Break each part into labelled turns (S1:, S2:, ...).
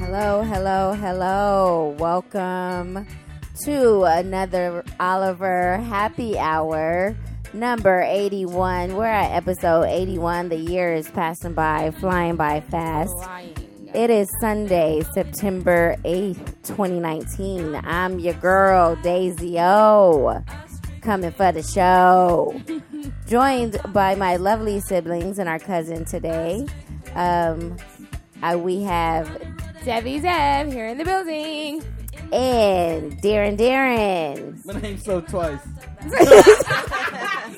S1: hello, hello. Welcome to another Oliver Happy Hour number 81. We're at episode 81. The year is passing by, flying by fast.
S2: Flying.
S1: It is Sunday, September 8th, 2019. I'm your girl, Daisy O, coming for the show. Joined by my lovely siblings and our cousin today. Um, I, we have
S2: Debbie Zeb here in the building.
S1: and Darren Darren.
S3: My name's so twice.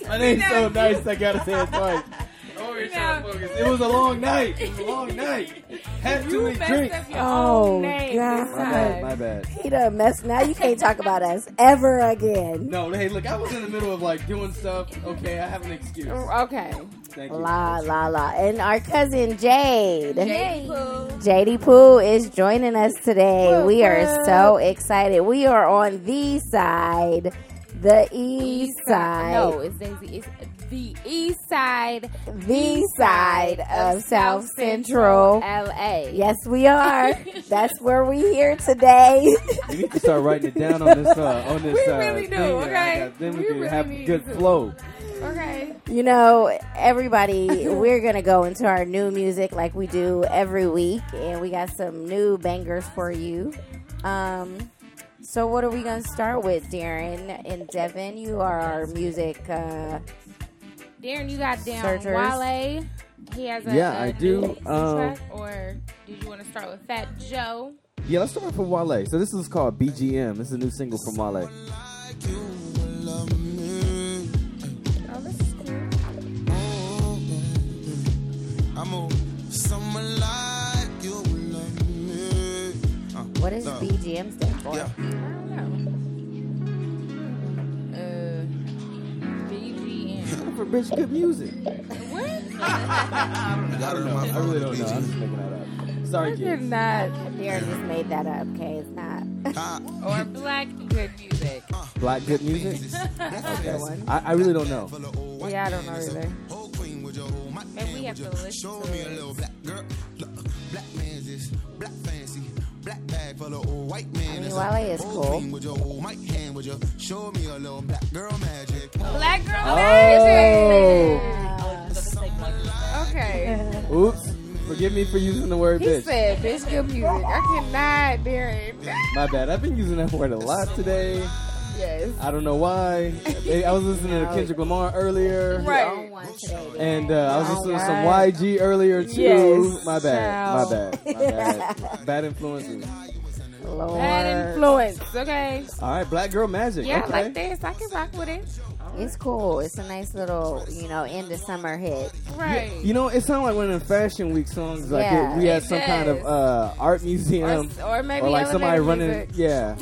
S3: My name's so nice, I gotta say it twice. Over here trying to focus. It was a long night. It was a long night. Had too many drinks.
S2: your
S1: Oh, God.
S2: this
S3: My
S2: time.
S3: bad, my bad.
S1: He done messed. Now you can't talk about us ever again.
S3: No, hey, look, I was in the middle of like doing stuff. Okay, I have an excuse.
S2: Okay.
S3: Thank you.
S1: La la la. And our cousin Jade.
S2: Hey.
S1: JD Pooh is joining us today.
S2: Whoop,
S1: We are
S2: whoop.
S1: so excited. We are on the side, the east
S2: No,
S1: side,
S2: it's Daisy. It's the east side.
S1: the side of South Central.
S2: LA.
S1: Yes, we are. That's where we here today.
S3: You need to start writing it down on this uh, on this
S2: We
S3: uh,
S2: really do,
S3: thing that I
S2: okay?
S3: got. Then we,
S2: We
S3: can
S2: really
S3: have
S2: need
S3: good
S2: to.
S3: flow.
S2: Okay.
S1: You know, everybody, we're going to go into our new music like we do every week, and we got some new bangers for you. Um, so, what are we going to start with, Darren and Devin? You are our music. Uh,
S2: Darren, you got down
S1: Searchers.
S2: Wale. He has a
S3: Yeah,
S2: a
S3: I
S2: new
S3: do,
S2: easy
S3: um,
S2: track, or did you want to start with Fat Joe?
S3: Yeah, let's start from Wale. So this is called BGM. This is a new single from Wale.
S2: Oh, this is cool.
S4: I'm a someone like you will love me. Uh,
S1: what does
S4: no.
S1: BGM stand for?
S4: Yeah.
S2: I don't know. Uh, BGM.
S3: For bitch, good music.
S2: What?
S4: I don't know.
S3: I really don't know. I'm just making that up. Sorry, kids.
S2: not.
S1: Darren Uh, just made that up, okay? It's not.
S2: Or black good music.
S3: Black good music.
S4: That's
S3: Okay. I, I really don't know.
S2: Yeah, I don't know either.
S4: Whole queen with your whole my
S2: Maybe we
S4: hand
S2: have
S4: with
S2: to
S4: your-
S2: listen
S4: Show
S2: to
S4: me a
S2: it.
S4: little black girl. Look, black man's this, black fancy, black bag for the old white man.
S1: mean,
S4: is a
S1: Wale is
S4: whole
S1: cool.
S4: queen with your whole mic hand with your- Show me a little black girl magic.
S2: Black girl
S3: Oh.
S2: Okay.
S3: Oops. Forgive me for using the word
S2: He
S3: bitch.
S2: said, bitch, good music. I cannot, Darren.
S3: My bad. I've been using that word a lot today.
S2: Yes.
S3: I don't know why. They- I was listening to Kendrick Lamar earlier.
S2: Right.
S1: On one today, Darren.
S3: And uh, I was listening to some
S2: Alright.
S3: YG earlier too.
S2: Yes,
S3: My bad. My
S2: child.
S3: bad. My bad. bad influences.
S1: Lord.
S2: Bad influence. Okay.
S3: All right, Black Girl Magic.
S2: Yeah,
S3: okay.
S2: I like this. I can rock with it.
S1: It's cool. It's a nice little, you know, end of summer hit.
S2: Right.
S3: You know, it sounds like one of the Fashion Week songs. Like
S1: Yeah.
S3: it, we had some kind of
S2: Yes.
S3: uh, art
S2: or,
S3: museum.
S2: s- or maybe
S3: or like somebody
S2: elevator
S3: running,
S2: music.
S3: yeah.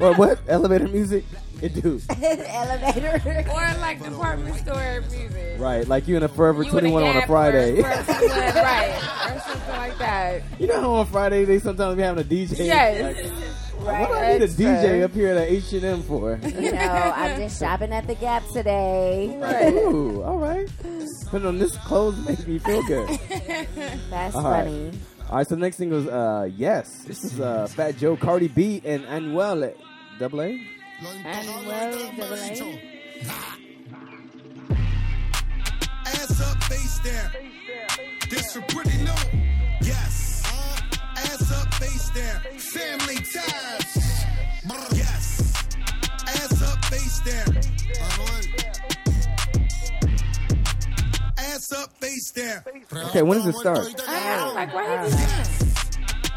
S3: or what? Elevator music? It do.
S1: Elevator.
S2: Or like department store music.
S3: Right, like you in a Forever
S2: You in
S3: 21 on a
S2: Gap
S3: Friday.
S2: Or, or something, right. Or something like that.
S3: you know how on Friday they sometimes be having a DJ?
S2: Yes.
S3: Like,
S2: Right.
S3: what do I need a
S2: Extra.
S3: DJ up here at H&M for?
S1: You know, I'm just shopping at the Gap today.
S2: Right.
S3: Ooh, all right. Putting on this clothes makes me feel good.
S1: That's
S4: Uh-huh.
S3: All right.
S1: funny.
S3: All right, so the next thing was uh, Yes. This is uh, Fat Joe, Cardi B, and Anuel. Double A?
S2: And well, double A.
S4: Ass up, face down. This a pretty note. Yes. Uh, Ass up, face down. Family ties. Yes. Ass up, face down. Uh-huh. Ass up, face down.
S3: Okay, when does it start?
S2: Like, why you doing that?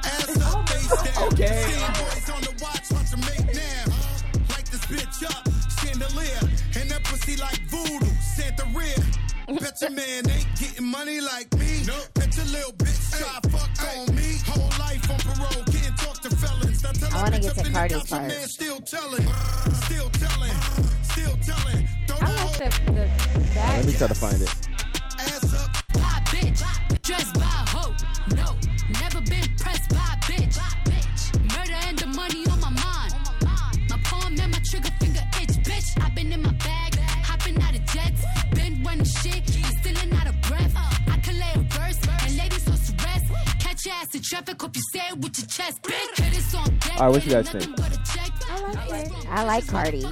S4: Ass up, face down.
S3: Okay.
S4: Seeing boys on the watch, watch 'em make now. Light this bitch up, chandelier. And that pussy like voodoo, Santa Rhea. Bet your man ain't getting money like me. Bet your little bitch try fuck on me. Whole life on parole, can't talk to felons. Now tell
S1: I
S4: her
S1: wanna
S4: bitch
S1: get
S4: up
S1: to
S4: in the
S1: Cardi's
S4: couch, your
S1: part.
S4: man Still telling, still telling, still telling. Throw the
S2: I
S4: whole
S2: like the, the
S3: Let me
S2: back.
S3: try to find it.
S4: ass up.
S5: by bitch. Dressed by a hoe. No, never been pressed by a bitch. Murder and the money on my mind. My palm and my trigger finger itch, bitch. I've been in my bag, hopping out of jets. Been running shit, I'm still ain't out of breath. I can lay a verse, and ladies on rest. Catch your ass in traffic, hope you say it with your chest, bitch.
S3: All right, what you guys think?
S1: I like it. I like Cardi.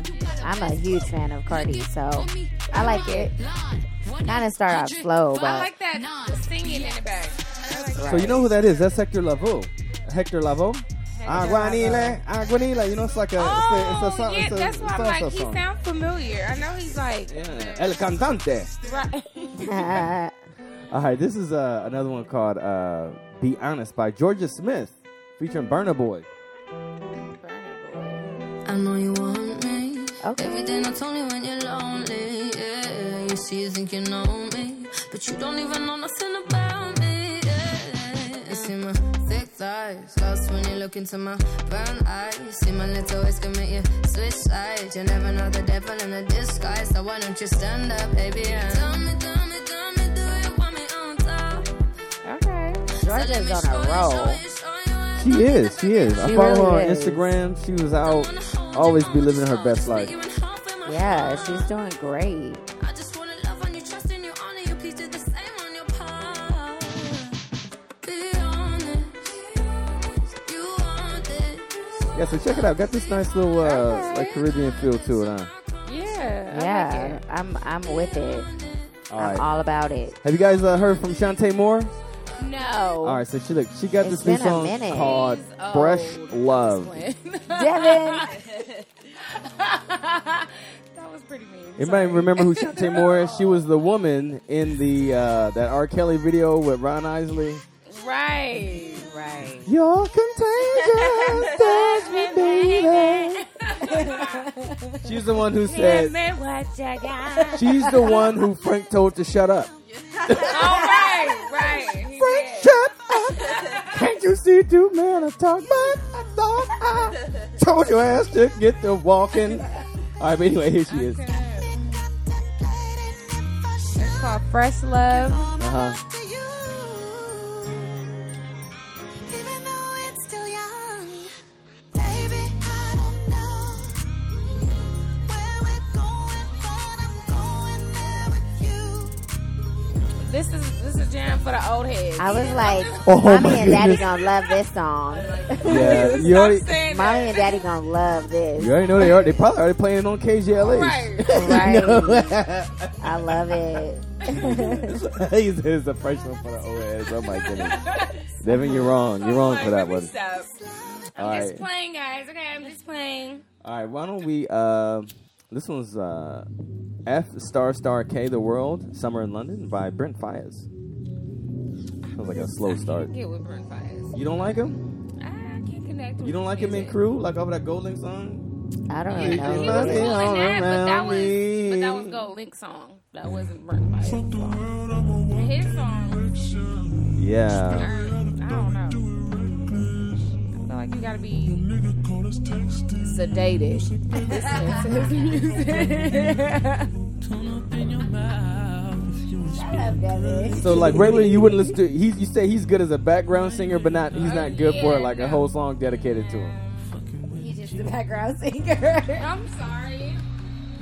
S1: I'm a huge fan of Cardi, so I like it. Kind of start off slow, but
S2: I like that singing in the back. I like
S3: So you know who that is? That's Hector Lavoe. Hector Lavoe. Aguanile,
S2: Lavoe.
S3: Aguanile. You know, it's like a.
S2: Oh,
S3: it's a, it's a,
S2: yeah,
S3: it's a,
S2: that's
S3: it's a
S2: why I'm
S3: salsa
S2: like, he
S3: song.
S2: sounds familiar. I know he's like,
S3: Yeah. El cantante.
S2: right.
S3: All right, this is uh, another one called uh, "Be Honest" by Georgia Smith, featuring Burna Boy.
S5: I know you want me.
S1: Okay.
S5: Everything I told you when you're lonely. Yeah. You see, you think you know me. But you don't even know nothing about me. Yeah. You see my thick thighs. Lost when you look into my brown eyes. You see my little ways can make you switch sides. You never know the devil in a disguise. So why don't you stand up, baby? And tell me, tell me, tell me, do you want me on top?
S1: okay. Georgia's on a roll.
S3: She is, she is. I
S1: She
S3: follow
S1: really
S3: her on
S1: is.
S3: Instagram. She was out, always be living her best life.
S1: Yeah, she's doing great.
S5: I just wanna love on you, trust in you, honor you. Please do the same on your part. Be honest, you want this.
S3: Yeah, so check it out. Got this nice little uh, like Caribbean feel to it, huh?
S2: Yeah. I like
S1: Yeah,
S2: it.
S1: I'm I'm with it.
S3: All
S1: I'm
S3: right.
S1: all about it.
S3: Have you guys uh, heard from Shantae Moore?
S1: No,
S3: All right, so she look, she got
S1: It's
S3: this new
S1: been a
S3: song
S1: minute.
S3: called "Fresh Love."
S1: Devin.
S2: That was pretty mean.
S3: Anybody remember who Shantae Moore is? She was the woman in the uh, that R. Kelly video with Ron Isley.
S2: Right. Right.
S3: You're contagious, touch me, baby. She's the one who said. She's the one who Frank told to shut up.
S2: All right. Right. He
S3: Frank, shut up! Can't you see two men are talking? But I thought I told your ass to get to walking. All right, but anyway, here she is.
S2: It's called Fresh Love.
S3: Uh-huh.
S2: This is this is jam for the old heads.
S1: I was like,
S3: Oh
S1: mommy
S3: my
S1: and daddy
S3: goodness.
S1: gonna love this song.
S3: Yeah, you
S2: Stop
S3: already,
S2: saying
S1: Mommy
S2: that.
S1: and daddy gonna love this.
S3: you already know they are. They probably already playing on KGLA.
S2: Right.
S1: Right. I love it.
S3: he's, he's a freshman for the OS. Oh my goodness. Devin, you're wrong. You're wrong for that one.
S2: Stop.
S3: All
S2: I'm just
S3: right.
S2: playing, guys. Okay, I'm just playing.
S3: All right. Why don't we? Uh, this one's uh, F star star K the world summer in London by Brent Fias. Sounds like a slow start.
S2: Get with Brent Fires.
S3: You don't like him?
S2: I can't connect with
S3: You don't like him in
S2: music.
S3: crew? Like over that Gold Link song?
S1: I don't
S2: He
S1: even
S2: was
S3: Money
S2: cool in
S1: know.
S3: Yeah.
S2: that, but that
S3: around
S2: was
S3: me.
S2: but that was Gold Link song. That wasn't Brent Fires. His song. uh,
S3: Yeah.
S2: I don't know. I feel like you gotta be sedated.
S3: So like regularly, you wouldn't listen to. He, you say he's good as a background singer, but not he's not good for like a whole song dedicated to him.
S1: He's just the background singer.
S2: I'm sorry.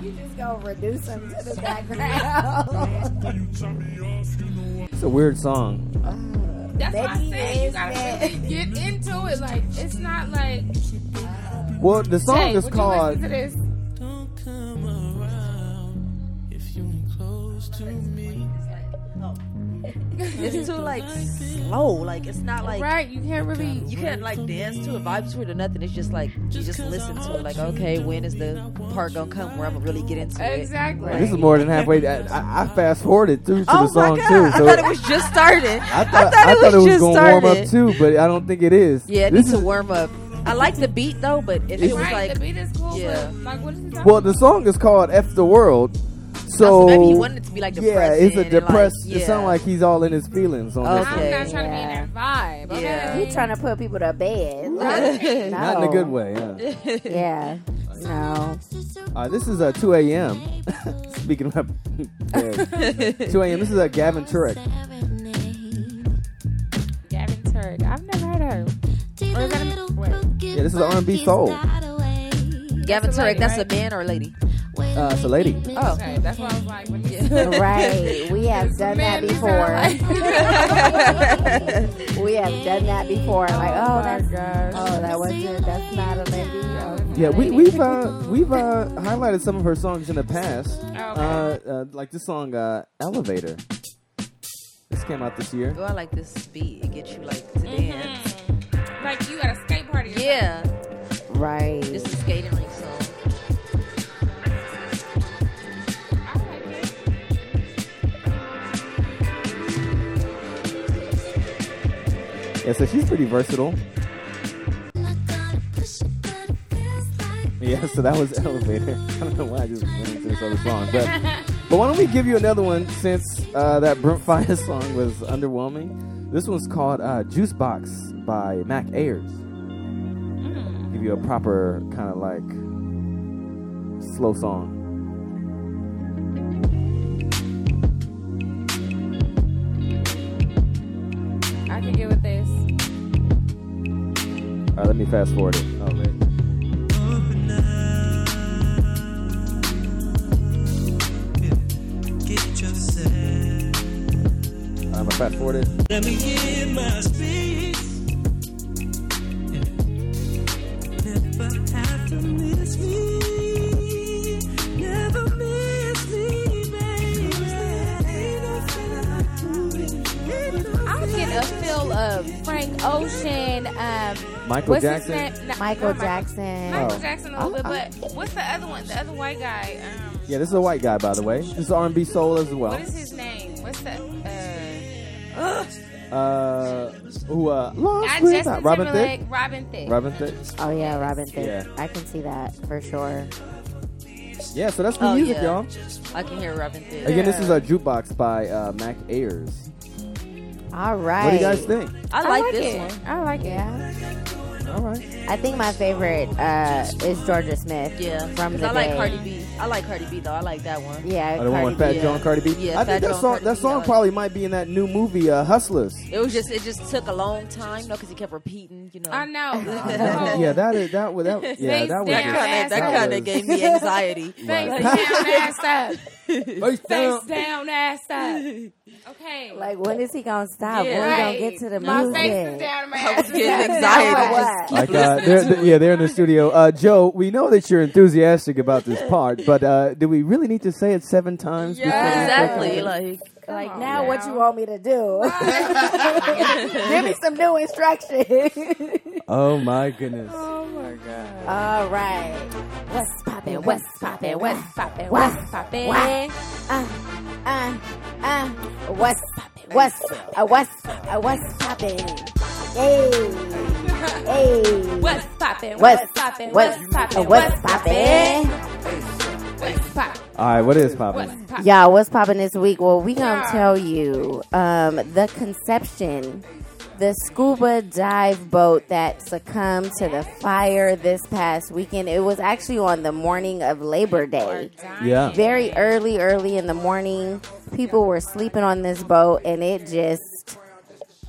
S1: you just gonna reduce him to the background.
S3: It's a weird song.
S2: That's what
S1: Maybe
S2: I'm saying. You
S1: it's
S2: gotta
S1: that-
S2: really get into it. Like it's not like
S3: Well, the song
S2: hey,
S3: is
S2: would
S3: called.
S2: You listen to this?
S6: It's too like slow. Like it's not like
S2: Right, you can't really.
S6: you can't like dance to it, vibe to it, or nothing. It's just like you just listen to it. Like okay, when is the part gonna come where I'm gonna really get into it?
S2: Exactly.
S3: This is more than halfway. I, I, I fast forwarded through to
S6: Oh
S3: the song
S6: my god!
S3: too.
S6: I
S3: So
S6: thought it was just started.
S3: I thought,
S6: I thought it was just
S3: gonna warm up
S6: started.
S3: too, but I don't think it is.
S6: Yeah, it
S3: this
S6: needs
S3: is
S6: to warm up. I like the beat though, but if it was
S2: right,
S6: like
S2: the beat is cool,
S6: yeah.
S2: but like, what is it?
S3: well. The song is called "F the World," so
S6: so maybe he wanted it to be like depressing.
S3: yeah, it's a
S6: and, like,
S3: depressed. It
S6: yeah.
S3: sounds like he's all in his feelings on this.
S6: Okay.
S3: one.
S2: I'm not trying to be in that vibe. Okay?
S6: Yeah.
S1: He trying to put people to bed. No.
S3: Not in a good way.
S6: Oh.
S3: Yeah.
S1: Yeah. No.
S3: All right, this is uh, 2 a.m. Speaking of yeah. 2 a.m., this is uh, Gavin Turek.
S2: Gavin Turk. I've never heard her. Or is that a- wait.
S3: Yeah, this is R&B soul.
S6: Gavin
S2: That's a
S6: Turek.
S2: lady,
S6: That's
S2: right?
S6: a man or a lady.
S3: Uh, it's a lady.
S6: Oh,
S2: Okay, that's what I was like. When you
S1: Right. We have done that
S2: Man, you
S1: before.
S2: sound like-
S1: we have done that before. Like, oh, that's, oh, that wasn't, that's not a lady. Oh.
S3: Yeah, we, we've uh, we've uh, highlighted some of her songs in the past. Uh, uh, like this song, uh, Elevator. This came out this year.
S6: Oh, I like this beat. It gets you like to dance.
S2: Like you at a skate party. or
S6: Yeah,
S1: Right.
S6: this is skating rink song.
S2: something. I like it.
S3: Yeah, so she's pretty versatile. Yeah, so that was Elevator. I don't know why I just went into this other song, but but why don't we give you another one since uh, that Brent Fire song was underwhelming? This one's called uh, Juice Box by Mac Ayers. Give you a proper kind of like slow song.
S2: I can get with this.
S3: All right, let me fast forward it. Oh wait.
S7: Get yourself.
S3: I'm gonna fast forward it.
S7: Let me in my space. Never have to miss me. Never miss me, baby. Ain't no feeling like moving. Ain't no
S2: I'm getting a feel of Frank Ocean. Um,
S3: Michael
S2: what's
S3: Jackson?
S2: His name? No,
S1: Michael
S2: not
S1: Jackson.
S2: Michael
S3: Oh.
S2: Jackson a little bit, but what's the other one? The other white guy. Um,
S3: Yeah, this is a white guy, by the way. This is R&B soul as well.
S2: What is his name? What's the? Uh,
S3: Uh, who? Uh, Lost
S2: not
S3: Without-
S2: Justin
S3: Robin
S2: Timberlake.
S3: Thicke.
S2: Robin Thicke.
S3: Robin Thicke.
S1: Oh, yeah, Robin Thicke.
S3: Yeah.
S1: I can see that for sure.
S3: Yeah, so that's the
S6: Oh,
S3: music,
S6: yeah.
S3: y'all.
S6: I can hear Robin Thicke.
S3: Again, this is our jukebox by uh, Mac Ayers.
S1: All right.
S3: What do you guys think?
S6: I like, this
S2: it.
S6: one.
S2: I like it.
S1: Yeah.
S3: All right.
S1: I think my favorite uh, is Georgia Smith.
S6: Yeah,
S1: From
S6: 'Cause
S1: the
S6: I like
S1: Bay.
S6: Cardi B. I like Cardi B though. I like that one.
S1: Yeah.
S3: Other Oh, one,
S1: Cardi
S3: Fat
S1: B.
S3: Joe and Cardi B.
S6: Yeah,
S3: I think
S6: Fat
S3: that
S6: Joe and
S3: song,
S6: Cardi
S3: that
S6: B,
S3: song
S6: yeah.
S3: probably might be in that new movie, uh, Hustlers.
S6: It was just it just took a long time, no, because he kept repeating, you know.
S2: I know.
S1: Oh.
S3: yeah, that is that was that. Yeah,
S2: Face
S3: that was.
S2: down,
S3: just-
S2: ass
S6: that
S3: that
S6: kind of
S3: was-
S6: gave me anxiety.
S2: Face
S3: Right.
S2: down, ass up.
S3: Face down.
S2: Face down, ass up. Okay.
S1: Like, when is he going to stop?
S6: Yeah.
S1: When
S2: right.
S1: we going to get to the
S2: My
S1: music?
S2: face is down, my
S6: I was
S2: ass is
S6: getting
S2: up.
S6: anxiety.
S1: What?
S6: Just
S3: Like, uh, they're, they're- yeah, they're in the studio. Uh, Joe, we know that you're enthusiastic about this part, but uh, do we really need to say it seven times? before we
S2: Yeah.
S3: start the-
S6: exactly. Like
S1: Like,
S2: on
S1: now
S2: now.
S1: what you want me to do? Give me some new instructions.
S3: Oh my goodness.
S1: Oh. All right. What's poppin'? What's poppin'? What's poppin'? What's poppin'?
S2: What?
S1: Uh, uh, uh. What's poppin'? What's uh, what's uh, what's poppin'? Hey, hey.
S2: What's poppin'?
S1: What's
S2: What's poppin'?
S1: what's
S2: What's
S1: poppin'? What's poppin'?
S2: poppin'? What's poppin'?
S3: All right, what is popping?
S2: What's poppin'?
S1: Y'all, what's poppin' this week? Well, we gonna
S2: Yeah.
S1: tell you um, the conception, the scuba dive boat that succumbed to the fire this past weekend. It was actually on the morning of Labor Day.
S3: Yeah.
S1: very early, early in the morning. People were sleeping on this boat, and it just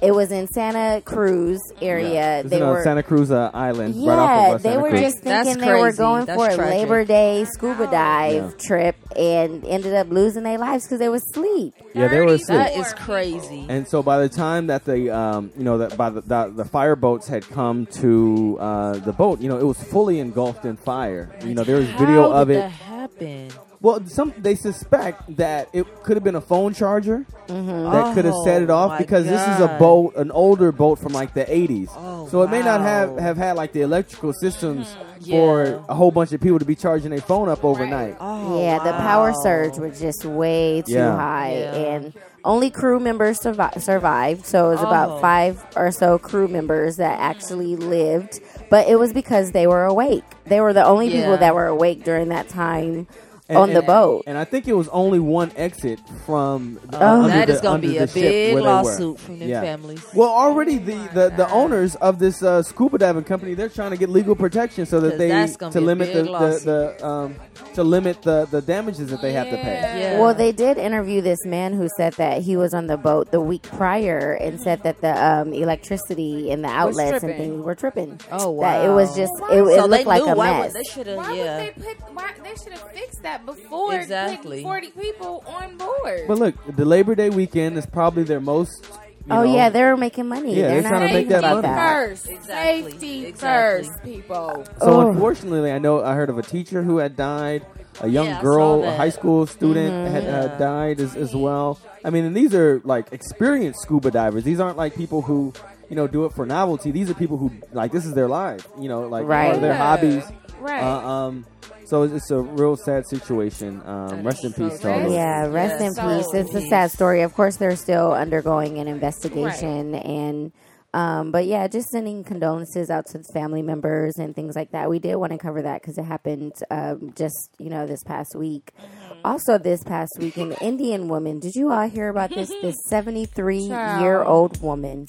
S1: it was in Santa Cruz area.
S3: This is
S1: They
S3: on
S1: were.
S3: Santa Cruz uh, Island,
S1: yeah,
S3: right off of West
S1: they
S3: Santa
S1: were
S3: Cruz.
S1: just
S6: That's
S1: thinking they were
S6: crazy.
S1: going
S6: That's
S1: for a
S6: tragic.
S1: Labor Day scuba dive trip and ended up losing their lives because they were asleep.
S3: yeah, they were
S2: 30
S3: sick.
S6: that is crazy.
S3: And so by the time that the um, you know that by the, the the fire boats had come to uh, the boat, you know it was fully engulfed in fire. You know there was video
S6: How
S3: of
S6: did
S3: it.
S6: That happened.
S3: Well, some they suspect that it could have been a phone charger that could have set it
S6: Oh,
S3: off
S6: my
S3: because this is a
S6: God.
S3: boat, an older boat from like the 80s.
S6: Oh,
S3: so it may not have
S6: wow. Mm-hmm.
S3: have had like the electrical systems
S6: Yeah.
S3: for a whole bunch of people to be charging their phone up overnight.
S6: Oh,
S1: yeah, the power
S6: wow.
S1: surge was just way too
S3: Yeah.
S1: high,
S6: Yeah.
S1: and only crew members survi- survived. So it was
S6: Oh.
S1: about five or so crew members that actually lived, but it was because they were awake. They were the only people
S6: Yeah.
S1: that were awake during that time
S3: And-
S1: on the
S3: and-
S1: boat.
S3: And I think it was only one exit from. the-
S1: Oh.
S3: under
S6: That
S3: the-
S6: is gonna
S3: under
S6: be
S3: the
S6: a
S3: ship
S6: big
S3: where they were.
S6: lawsuit from them families.
S3: Well, already the, the, the owners of this uh, scuba diving company they're trying to get legal protection so that
S6: 'Cause
S3: they
S6: that's gonna
S3: to
S6: be a
S3: limit
S6: big
S3: the, the,
S6: lawsuit.
S3: the um, to limit the, the damages that they have to pay.
S6: Yeah.
S1: Well, they did interview this man who said that he was on the boat the week prior and said that the um, electricity and the outlets and
S2: tripping.
S1: things were tripping.
S6: Oh,
S1: That it was
S6: wow.
S1: just it, it
S6: so they
S1: looked like
S6: knew
S1: a
S6: why
S1: mess.
S6: Would, they should
S2: Why
S6: have. Yeah.
S2: would they put? Why they should have fixed that before
S6: Exactly.
S2: putting forty people on board?
S3: But look, the Labor Day weekend is probably their most
S1: oh
S3: know,
S1: yeah, they're making money.
S3: Yeah, they're
S1: not
S3: trying to make
S1: thinking
S3: that
S1: about
S3: money.
S2: First,
S6: Exactly.
S2: safety
S6: Exactly.
S2: first, people.
S3: So
S1: Ugh.
S3: unfortunately, I know I heard of a teacher who had died, a young
S6: Yeah, I
S3: girl,
S6: saw
S3: a
S6: that.
S3: high school student
S1: Mm-hmm.
S3: had uh, died as, as well. I mean, and these are like experienced scuba divers. These aren't like people who you know do it for novelty. These are people who like this is their life. You know, like
S1: Right.
S3: part of their
S2: Yeah.
S3: hobbies.
S2: Right.
S3: Uh, um, so it's, it's a real sad situation. Um, rest in peace to all of
S2: sad.
S3: them.
S1: Yeah, rest in
S2: Yes.
S1: peace.
S2: So-
S1: It's a sad story. Of course, they're still undergoing an investigation, and um, but yeah, just sending condolences out to the family members and things like that. We did want to cover that because it happened um, just you know this past week.
S2: Mm-hmm.
S1: Also, this past week, an Indian woman. Did you all hear about this? This seventy-three year old woman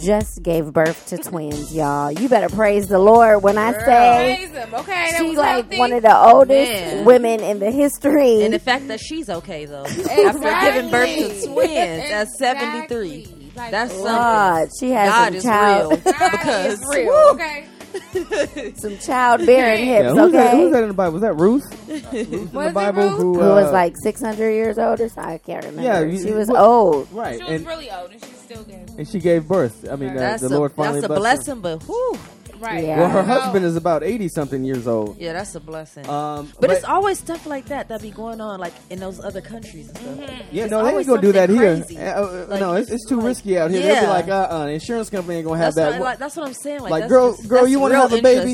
S1: just gave birth to twins, y'all. You better praise the Lord when I say.
S2: Praise him. Okay, that
S1: She's
S2: was
S1: like
S2: healthy.
S1: one of the oldest
S6: Man.
S1: women in the history.
S6: And the fact that she's okay though, after
S2: Exactly.
S6: giving birth to twins at seventy
S2: Exactly.
S6: three,
S2: Like,
S6: that's something.
S1: God, she has
S6: God
S1: some
S6: is
S1: child,
S6: real
S2: God
S6: because
S2: is real.
S6: woo,
S2: Okay,
S1: some childbearing
S2: Yeah,
S1: hips.
S3: who was that,
S1: okay,
S3: who was that in the Bible? Was that Ruth? Ruth in
S2: Was
S3: the
S2: it
S3: Bible
S2: Ruth?
S3: who,
S1: Who was
S3: uh,
S1: like six hundred years old or something? I can't remember.
S3: Yeah, you-
S1: she was
S3: what-
S1: old.
S3: right,
S2: she was
S3: and,
S2: really old and she still gave.
S3: and she gave birth. I mean, uh,
S6: that's
S3: the
S6: a,
S3: Lord finally
S6: that's a
S3: blessed her.
S6: blessing, but whew,
S2: Right.
S1: Yeah.
S3: Well,
S2: I
S3: her
S2: don't know.
S3: husband is about eighty something years old.
S6: yeah, that's a blessing.
S3: Um,
S6: but, it's always stuff like that that be going on, like in those other countries and stuff.
S2: Mm-hmm.
S3: yeah,
S6: it's
S3: no, they ain't
S6: always
S3: gonna do that
S6: something
S3: here.
S6: crazy.
S3: Uh, uh,
S6: Like,
S3: no, it's, it's too risky out here. They'll be
S6: Yeah.
S3: like, uh, uh the insurance company ain't gonna have
S6: That's,
S3: that.
S6: what, I like, that's what I'm saying. Like,
S3: like,
S6: that's
S3: girl-
S6: just-
S3: girl,
S6: that's
S3: you wanna
S6: real
S3: have a baby?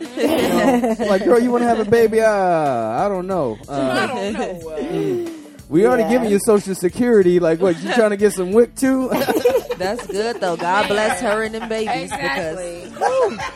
S6: interesting.
S3: like, girl, you want to have a baby? Uh, I don't know.
S2: I
S3: Uh,
S2: don't know. uh,
S3: we already
S1: Yeah.
S3: giving you social security. Like, what? You trying to get some wick too?
S6: That's good though. God bless her and them babies because
S2: Exactly.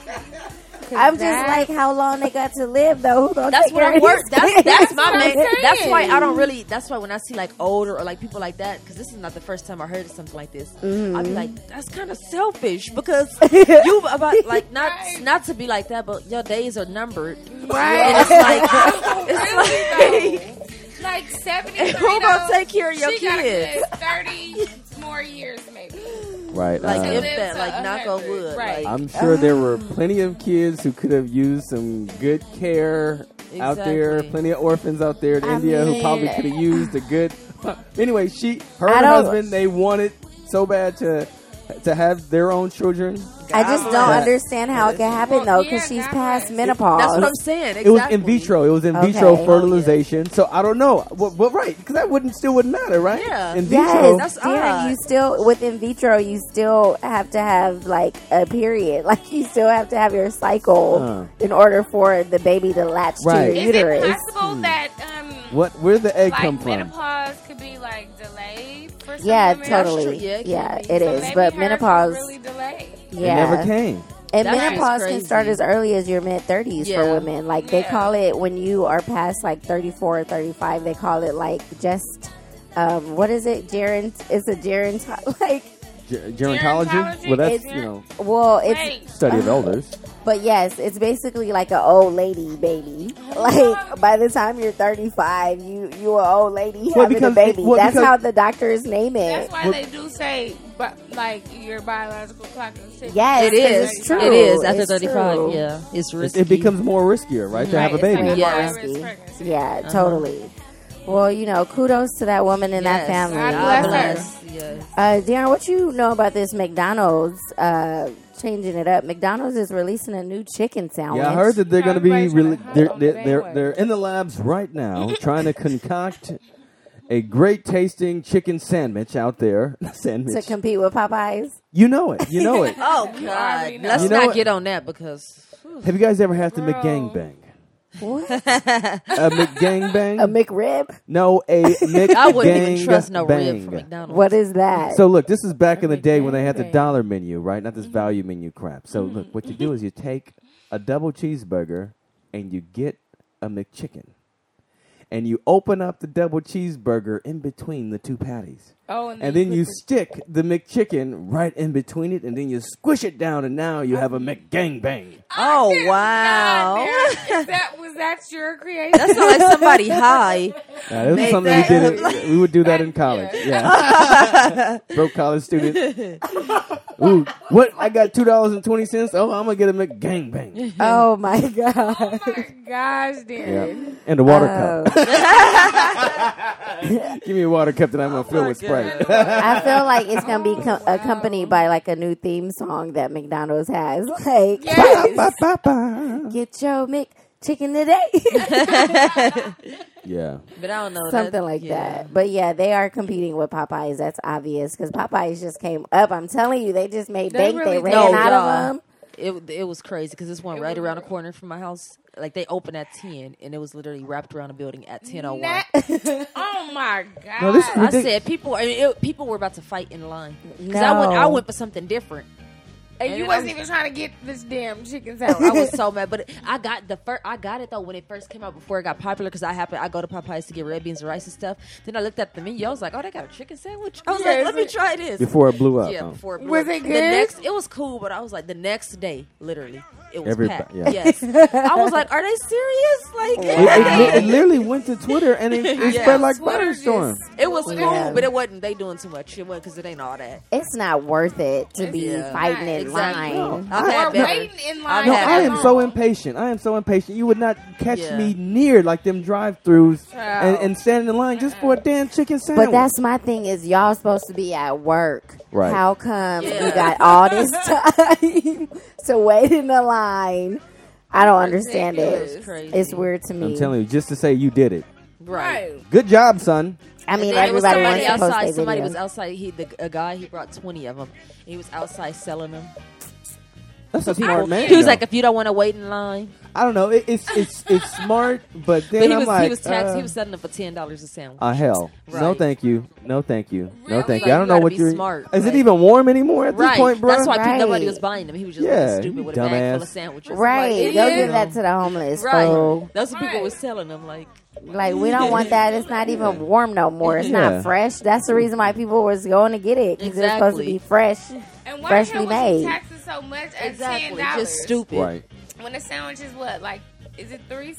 S1: I'm just like, how long they got to live though? Who gonna
S6: that's
S1: take
S6: what
S1: care
S6: I'm
S1: of
S6: worried.
S1: these
S6: That's
S1: kids?
S6: that's my
S2: That's what I'm
S6: man. That's why
S2: saying.
S6: I don't really. That's why when I see like older or like people like that, because this is not the first time I heard of something like this. I'd
S3: Mm-hmm.
S6: be like, that's kind of selfish because you about like not
S2: Right.
S6: not to be like that, but your days are numbered.
S2: Right.
S6: And it's like
S2: Really, though. like seventy.
S6: Who gonna take care of your
S2: she gotta
S6: kids?
S2: live Thirty more years, maybe.
S3: right.
S6: like
S3: uh,
S6: if
S2: live
S6: that
S2: to
S6: like knock
S2: 100,
S6: on wood.
S2: right.
S6: Like,
S3: I'm sure there were plenty of kids who could have used some good care out there.
S6: Exactly.
S3: Plenty of orphans out there in
S1: I
S3: India who probably
S1: mean-
S3: could have used a good. anyway, she, her
S1: I
S3: and her
S1: don't-
S3: husband, they wanted so bad to to have their own children.
S1: I just don't
S3: That-
S1: understand how it can happen
S2: Well,
S1: though, because
S2: yeah,
S1: she's
S2: God
S1: past
S2: bless.
S1: menopause.
S6: that's what I'm saying. Exactly.
S3: It was in vitro. It was in
S1: Okay.
S3: vitro fertilization. So I don't know. Well, well right, because that wouldn't still wouldn't matter, right?
S6: Yeah.
S3: In vitro.
S1: Yes,
S6: That's
S1: Darren,
S6: odd.
S1: you still with in vitro, you still have to have like a period, like you still have to have your cycle
S3: Huh.
S1: in order for the baby to latch
S3: Right.
S1: to your
S2: Is
S1: uterus.
S2: it possible that um,
S3: What? Where the egg
S2: like
S3: come from?
S2: menopause could be like delayed for some
S1: Yeah,
S2: women?
S1: totally.
S6: Yeah, it can
S1: Yeah,
S6: be.
S1: it
S2: So
S1: is.
S2: maybe hers
S1: But
S2: were
S1: menopause,
S2: really delayed.
S1: yeah,
S3: It never came.
S1: and
S6: That's
S1: menopause
S6: crazy.
S1: can start as early as your mid thirties for
S6: Yeah.
S1: women. Like they
S2: Yeah.
S1: call it when you are past like thirty four or thirty five. They call it like just um, what is it? Gerant? It's a gerant like
S3: Ger- gerontology.
S2: Gerontology?
S3: Well, that's
S1: It's-
S3: you know
S1: well, it's
S2: Wait.
S3: study of elders.
S1: But yes, it's basically like an old lady baby. Like by the time you're 35, you you an old lady
S3: Well,
S1: having
S3: because-
S1: a baby.
S3: well,
S1: That's
S3: because-
S1: how the doctors name it.
S2: That's why they do say, but like your biological clock is ticking.
S1: Yes,
S6: It is.
S1: It's true.
S6: It is after
S1: It's
S6: 35.
S1: true.
S6: Yeah, it's
S3: It,
S6: risky.
S3: it becomes more riskier, right? To
S2: Right,
S3: have a
S2: it's like
S3: baby.
S2: a
S6: Yeah.
S2: high-risk
S1: Risky.
S2: pregnancy.
S1: Yeah, totally. Well, you know, kudos to that woman and that
S6: Yes.
S1: family.
S2: God
S6: bless. Yes.
S1: Uh, Darren, what you know about this McDonald's uh, changing it up? McDonald's is releasing a new chicken sandwich.
S3: Yeah, I heard that they're going to be
S2: Everybody's
S3: really.
S2: trying to hop
S3: They're
S2: on the
S3: they're, they're
S2: bandwagon.
S3: they're in the labs right now trying to concoct a great tasting chicken sandwich out there.
S1: to
S3: sandwich.
S1: compete with Popeyes.
S3: you know it. You know it.
S6: Oh
S2: already
S6: God,
S2: know.
S6: let's
S3: You know
S6: not
S3: what?
S6: get on that because
S3: Have you guys ever had to
S2: Bro.
S3: McGangbang?
S1: What?
S3: A McGangbang?
S1: a McRib?
S3: no, a McGangbang.
S6: Um, I wouldn't even trust no rib from McDonald's.
S1: What is that?
S3: So look, this is back in the day when they had the
S2: McGangbang.
S3: dollar menu, right? Not this
S2: Mm-hmm.
S3: value menu crap. So look, what you do is you take a double cheeseburger and you get a McChicken. And you open up the double cheeseburger in between the two patties.
S2: Oh, and,
S3: And then
S2: put
S3: you
S2: the-
S3: stick the McChicken right in between it, and then you squish it down, and now you have a McGangbang.
S6: Oh wow!
S2: God, Darren, if that was that's your creation.
S6: That sounds like somebody high.
S3: Yeah, Uh, this is something we did. It, we would do that in college. Yeah, broke college student. Ooh, what? I got two dollars and twenty cents. Oh, I'm gonna get a McGangbang.
S1: Oh my god.
S2: Oh my gosh,
S3: Yeah,
S2: Darren.
S3: and a water cup. Give me a water cup that I'm gonna fill with Sprite.
S1: I feel like it's gonna be co- accompanied by like a new theme song that McDonald's has. Like,
S2: Yes.
S3: Ba-ba-ba.
S1: get your Mc chicken today,
S3: yeah,
S6: But I don't know. that-
S1: something like
S6: yeah.
S1: that. But yeah, they are competing with Popeyes. That's obvious because Popeyes just came up. I'm telling you, they just made
S2: They
S1: bank. they
S2: really
S1: ran
S2: did.
S1: out
S6: No,
S1: of
S6: y'all.
S1: them.
S6: It it was crazy because this one right around the corner from my house. Like they opened at ten, and it was literally wrapped around the building at ten oh one.
S2: Na- oh my god.
S3: No, this is
S6: I
S3: ridic-
S6: said people are it, people were about to fight in line because I went I
S1: No.
S6: went for something different.
S2: and you
S6: I
S2: wasn't
S6: was-
S2: even trying to get this damn chicken
S6: So I
S2: salad.
S6: was so mad, but I got the first. I got it though when it first came out before it got popular because I happened. I go to Popeyes to get red beans and rice and stuff. Then I looked at the menu. I was like, oh, they got a chicken sandwich. I was
S2: Yeah,
S6: like, let me
S2: it's
S6: try this.
S3: before it blew up.
S6: yeah,
S3: huh?
S6: before it blew
S2: Was
S6: up.
S2: it
S6: The
S2: good?
S6: next, it was cool, but I was like, the next day, literally, it was
S3: Everybo-
S6: packed.
S3: yeah.
S6: Yes, I was like, are they serious? Like,
S3: It, it, it literally went to Twitter and it, it
S6: Yeah.
S3: spread like
S2: Twitter
S3: firestorm.
S2: just-
S6: it was
S1: Yeah.
S6: cool, but it wasn't. They doing too much. It wasn't because it ain't all that.
S1: It's not worth it to be
S6: Yeah.
S1: fighting in
S6: Exactly.
S1: line.
S6: I've
S2: Or
S6: had better.
S2: waiting in line.
S3: No,
S6: Yeah,
S3: I
S2: that
S3: am so
S2: long.
S3: impatient. I am so impatient. You would not catch
S6: Yeah.
S3: me near like them drive-throughs and,
S2: Child.
S3: and standing in line just for a damn chicken sandwich.
S1: But that's my thing is y'all supposed to be at work.
S3: Right.
S1: How come you
S6: Yeah.
S1: got all this time to wait in the line? I don't understand it.
S2: Ridiculous.
S6: Crazy.
S1: It's weird to
S3: I'm
S1: me.
S3: telling you, just to say you did it.
S6: right.
S2: Right.
S3: Good job, son.
S1: I mean,
S6: There was
S1: everybody wants
S6: somebody
S1: to post
S6: outside.
S1: their
S6: Somebody
S1: videos.
S6: was outside. He the a guy he brought twenty of them. He was outside selling them.
S3: That's a smart man.
S6: He was
S3: though.
S6: like, if you don't want to wait in line,
S3: I don't know. It, it's it's it's smart, but then
S6: but he
S3: I'm
S6: was
S3: like,
S6: he was taxed.
S3: uh,
S6: he was selling them for ten dollars a sandwich.
S3: uh, hell. No,
S6: Right.
S3: thank you. No, thank you. No,
S2: Really?
S3: thank
S6: Like,
S3: you. I don't
S6: you
S3: know
S6: gotta
S3: what
S6: be
S3: you're.
S6: smart,
S3: Is it
S6: like-
S3: even warm anymore at this
S6: right.
S3: point, bro?
S6: That's why
S1: Right.
S6: people- nobody was buying them. He was just
S3: Yeah,
S6: looking
S3: you
S6: stupid with a bag full
S3: dumbass.
S6: of sandwiches.
S1: Right.
S6: Like,
S1: Go
S6: yeah.
S1: give that to the homeless.
S6: Right.
S1: Folk.
S6: That's what people
S2: Right.
S6: was selling them. Like
S1: Like we don't want that. It's not even warm no more. It's
S3: Yeah.
S1: not fresh. That's the reason why people was going to get it because it's supposed to
S6: Exactly.
S1: be fresh.
S2: And why
S1: Freshly
S2: the hell was
S1: made.
S2: he taxing so much at
S6: exactly,
S2: $10?
S6: just stupid.
S3: Right.
S2: When a sandwich is what, like, is it $3?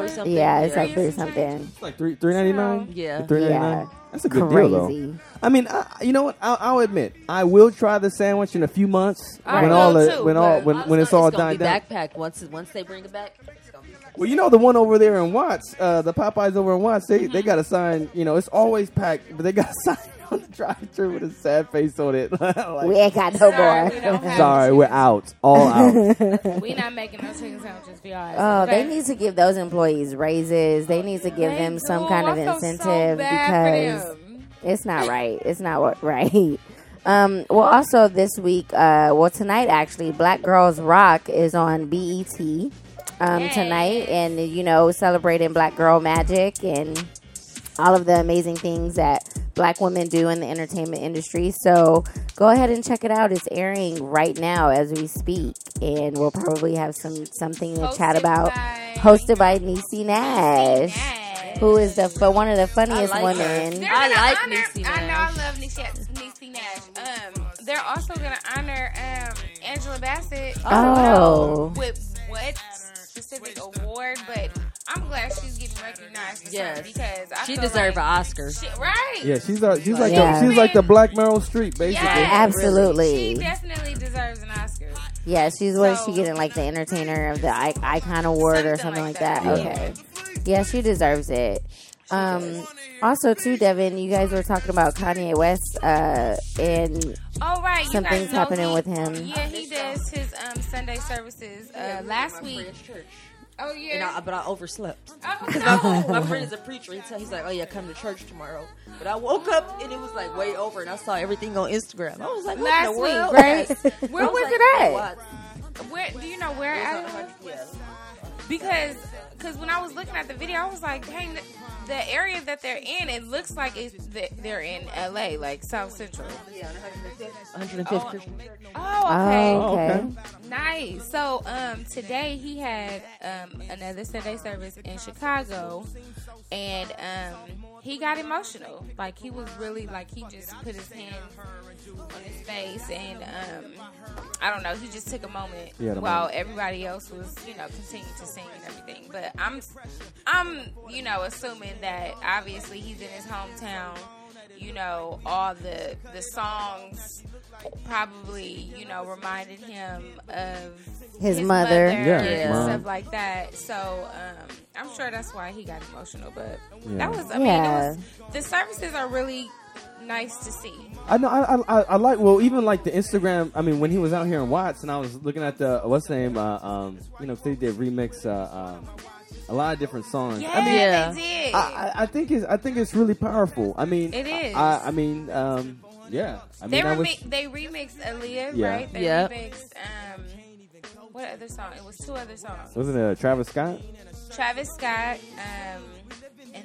S6: Or something.
S1: Yeah, it's
S6: Yeah.
S1: like three something.
S3: It's like three three ninety nine.
S6: Yeah.
S3: three ninety nine.
S1: Yeah.
S3: That's a good deal, though.
S1: Crazy.
S3: I mean, I, you know what? I'll, I'll admit, I will try the sandwich in a few months
S2: I
S3: when
S2: will
S3: all the
S2: too,
S3: when all
S2: but
S3: when,
S6: I was
S3: when it's
S6: gonna-
S3: all died
S6: gonna
S3: down.
S6: be backpack once once they bring it back. it's gonna be-
S3: Well, you know the one over there in Watts, uh, the Popeyes over in Watts. They they got a sign. You know, it's always packed, but they got a sign on the drive-through with a sad face on it. Like,
S1: We ain't got no
S2: Sorry, we
S1: more.
S2: don't have
S3: Sorry, we're out. All out.
S2: We not making no chicken sandwiches for y'all.
S1: Oh,
S2: okay?
S1: they need to give those employees raises. They need to give
S2: They
S1: them some
S2: do.
S1: kind
S2: I
S1: of
S2: feel so
S1: incentive
S2: bad
S1: because
S2: for them.
S1: it's not right. It's not what right. Um, well, also this week, uh, well tonight actually, Black Girls Rock is on BET um,
S2: Yes.
S1: tonight, and you know celebrating Black Girl Magic and all of the amazing things that Black women do in the entertainment industry. So go ahead and check it out. It's airing right now as we speak, and we'll probably have some something to chat
S2: Hosted
S1: about.
S2: by-
S1: hosted by Niecy Nash,
S2: Nash.
S1: who is the but one of the funniest
S6: I like her.
S1: women.
S2: They're
S6: I
S2: gonna
S6: like
S2: honor,
S6: Niecy
S2: I know I
S6: Nash.
S2: love Niecy, Niecy Nash. Um, they're also gonna honor um, Angela Bassett. um,
S1: Oh.
S2: with what specific award? But I'm glad she's getting recognized. For
S6: Yes.
S2: something because I
S6: She
S2: feel
S6: deserved
S2: like
S6: an Oscar.
S2: she- right?
S3: Yeah, she's our, she's like
S1: Yeah.
S3: the, she's like the Black Meryl Streep, basically.
S2: Yes.
S1: Absolutely.
S2: She definitely deserves an Oscar.
S1: Yeah, she's what
S2: So-
S1: she getting like the entertainer of the I- icon award or something like that. Okay. Yeah, she deserves it. Um also too Devin, you guys were talking about Kanye West uh and
S2: All right, you
S1: Something's
S2: guys know
S1: happening
S2: he-
S1: with him.
S2: Yeah, he does his um, Sunday services uh, last
S6: My
S2: week.
S6: friend's church.
S2: Oh
S6: And I,
S2: yeah.
S6: but I overslept.
S2: Oh,
S6: My
S2: no.
S6: friend is a preacher. He tell, he's like, oh yeah, come to church tomorrow. But I woke up and it was like way over, and I saw everything on Instagram. I was like, what
S2: Last
S6: in the
S2: week,
S6: world?
S1: right?
S6: Yes.
S1: Where
S6: I
S1: was
S6: like,
S1: it at?
S6: what?
S2: Where do you know where
S6: It
S2: at?
S6: was on- yeah.
S2: Because because when I was looking at the video, I was like, dang, the, the area that they're in, it looks like it's that they're in L.A., like South Central.
S6: 105th Christian Church.
S2: Oh, okay.
S3: Oh, okay.
S1: okay.
S2: nice. So um, today he had um, another Sunday service in Chicago, and um, he got emotional. Like he was really like he just put his hand on his face, and um, I don't know. He just took a moment
S3: He had a
S2: while
S3: moment.
S2: everybody else was you know continuing to sing and everything. But I'm I'm you know assuming that obviously he's in his hometown. You know all the the songs probably, you know, reminded him of
S1: His mother.
S3: Yeah, his
S2: and
S3: mom.
S2: stuff like that. So um, I'm sure that's why he got emotional. But
S3: Yeah.
S2: that was, I mean,
S1: Yeah.
S2: it was, the services are really nice to see.
S3: I know. I, I I- I like. Well, even like the Instagram. I mean, when he was out here in Watts, and I was looking at the what's the name. Uh, um, you know, they did remix uh, um, a lot of different songs.
S2: Yeah,
S3: I mean,
S6: Yeah.
S2: they did.
S3: I, I, I think it's I think it's really powerful. I mean,
S2: It is.
S3: I, I mean, um, yeah. I mean,
S2: they
S3: I was-
S2: remi- they remixed Aaliyah,
S3: Yeah.
S2: right? They
S6: Yeah.
S2: remixed. Um, what other song? It was two other songs.
S3: wasn't it uh, Travis Scott?
S2: Travis Scott, um, and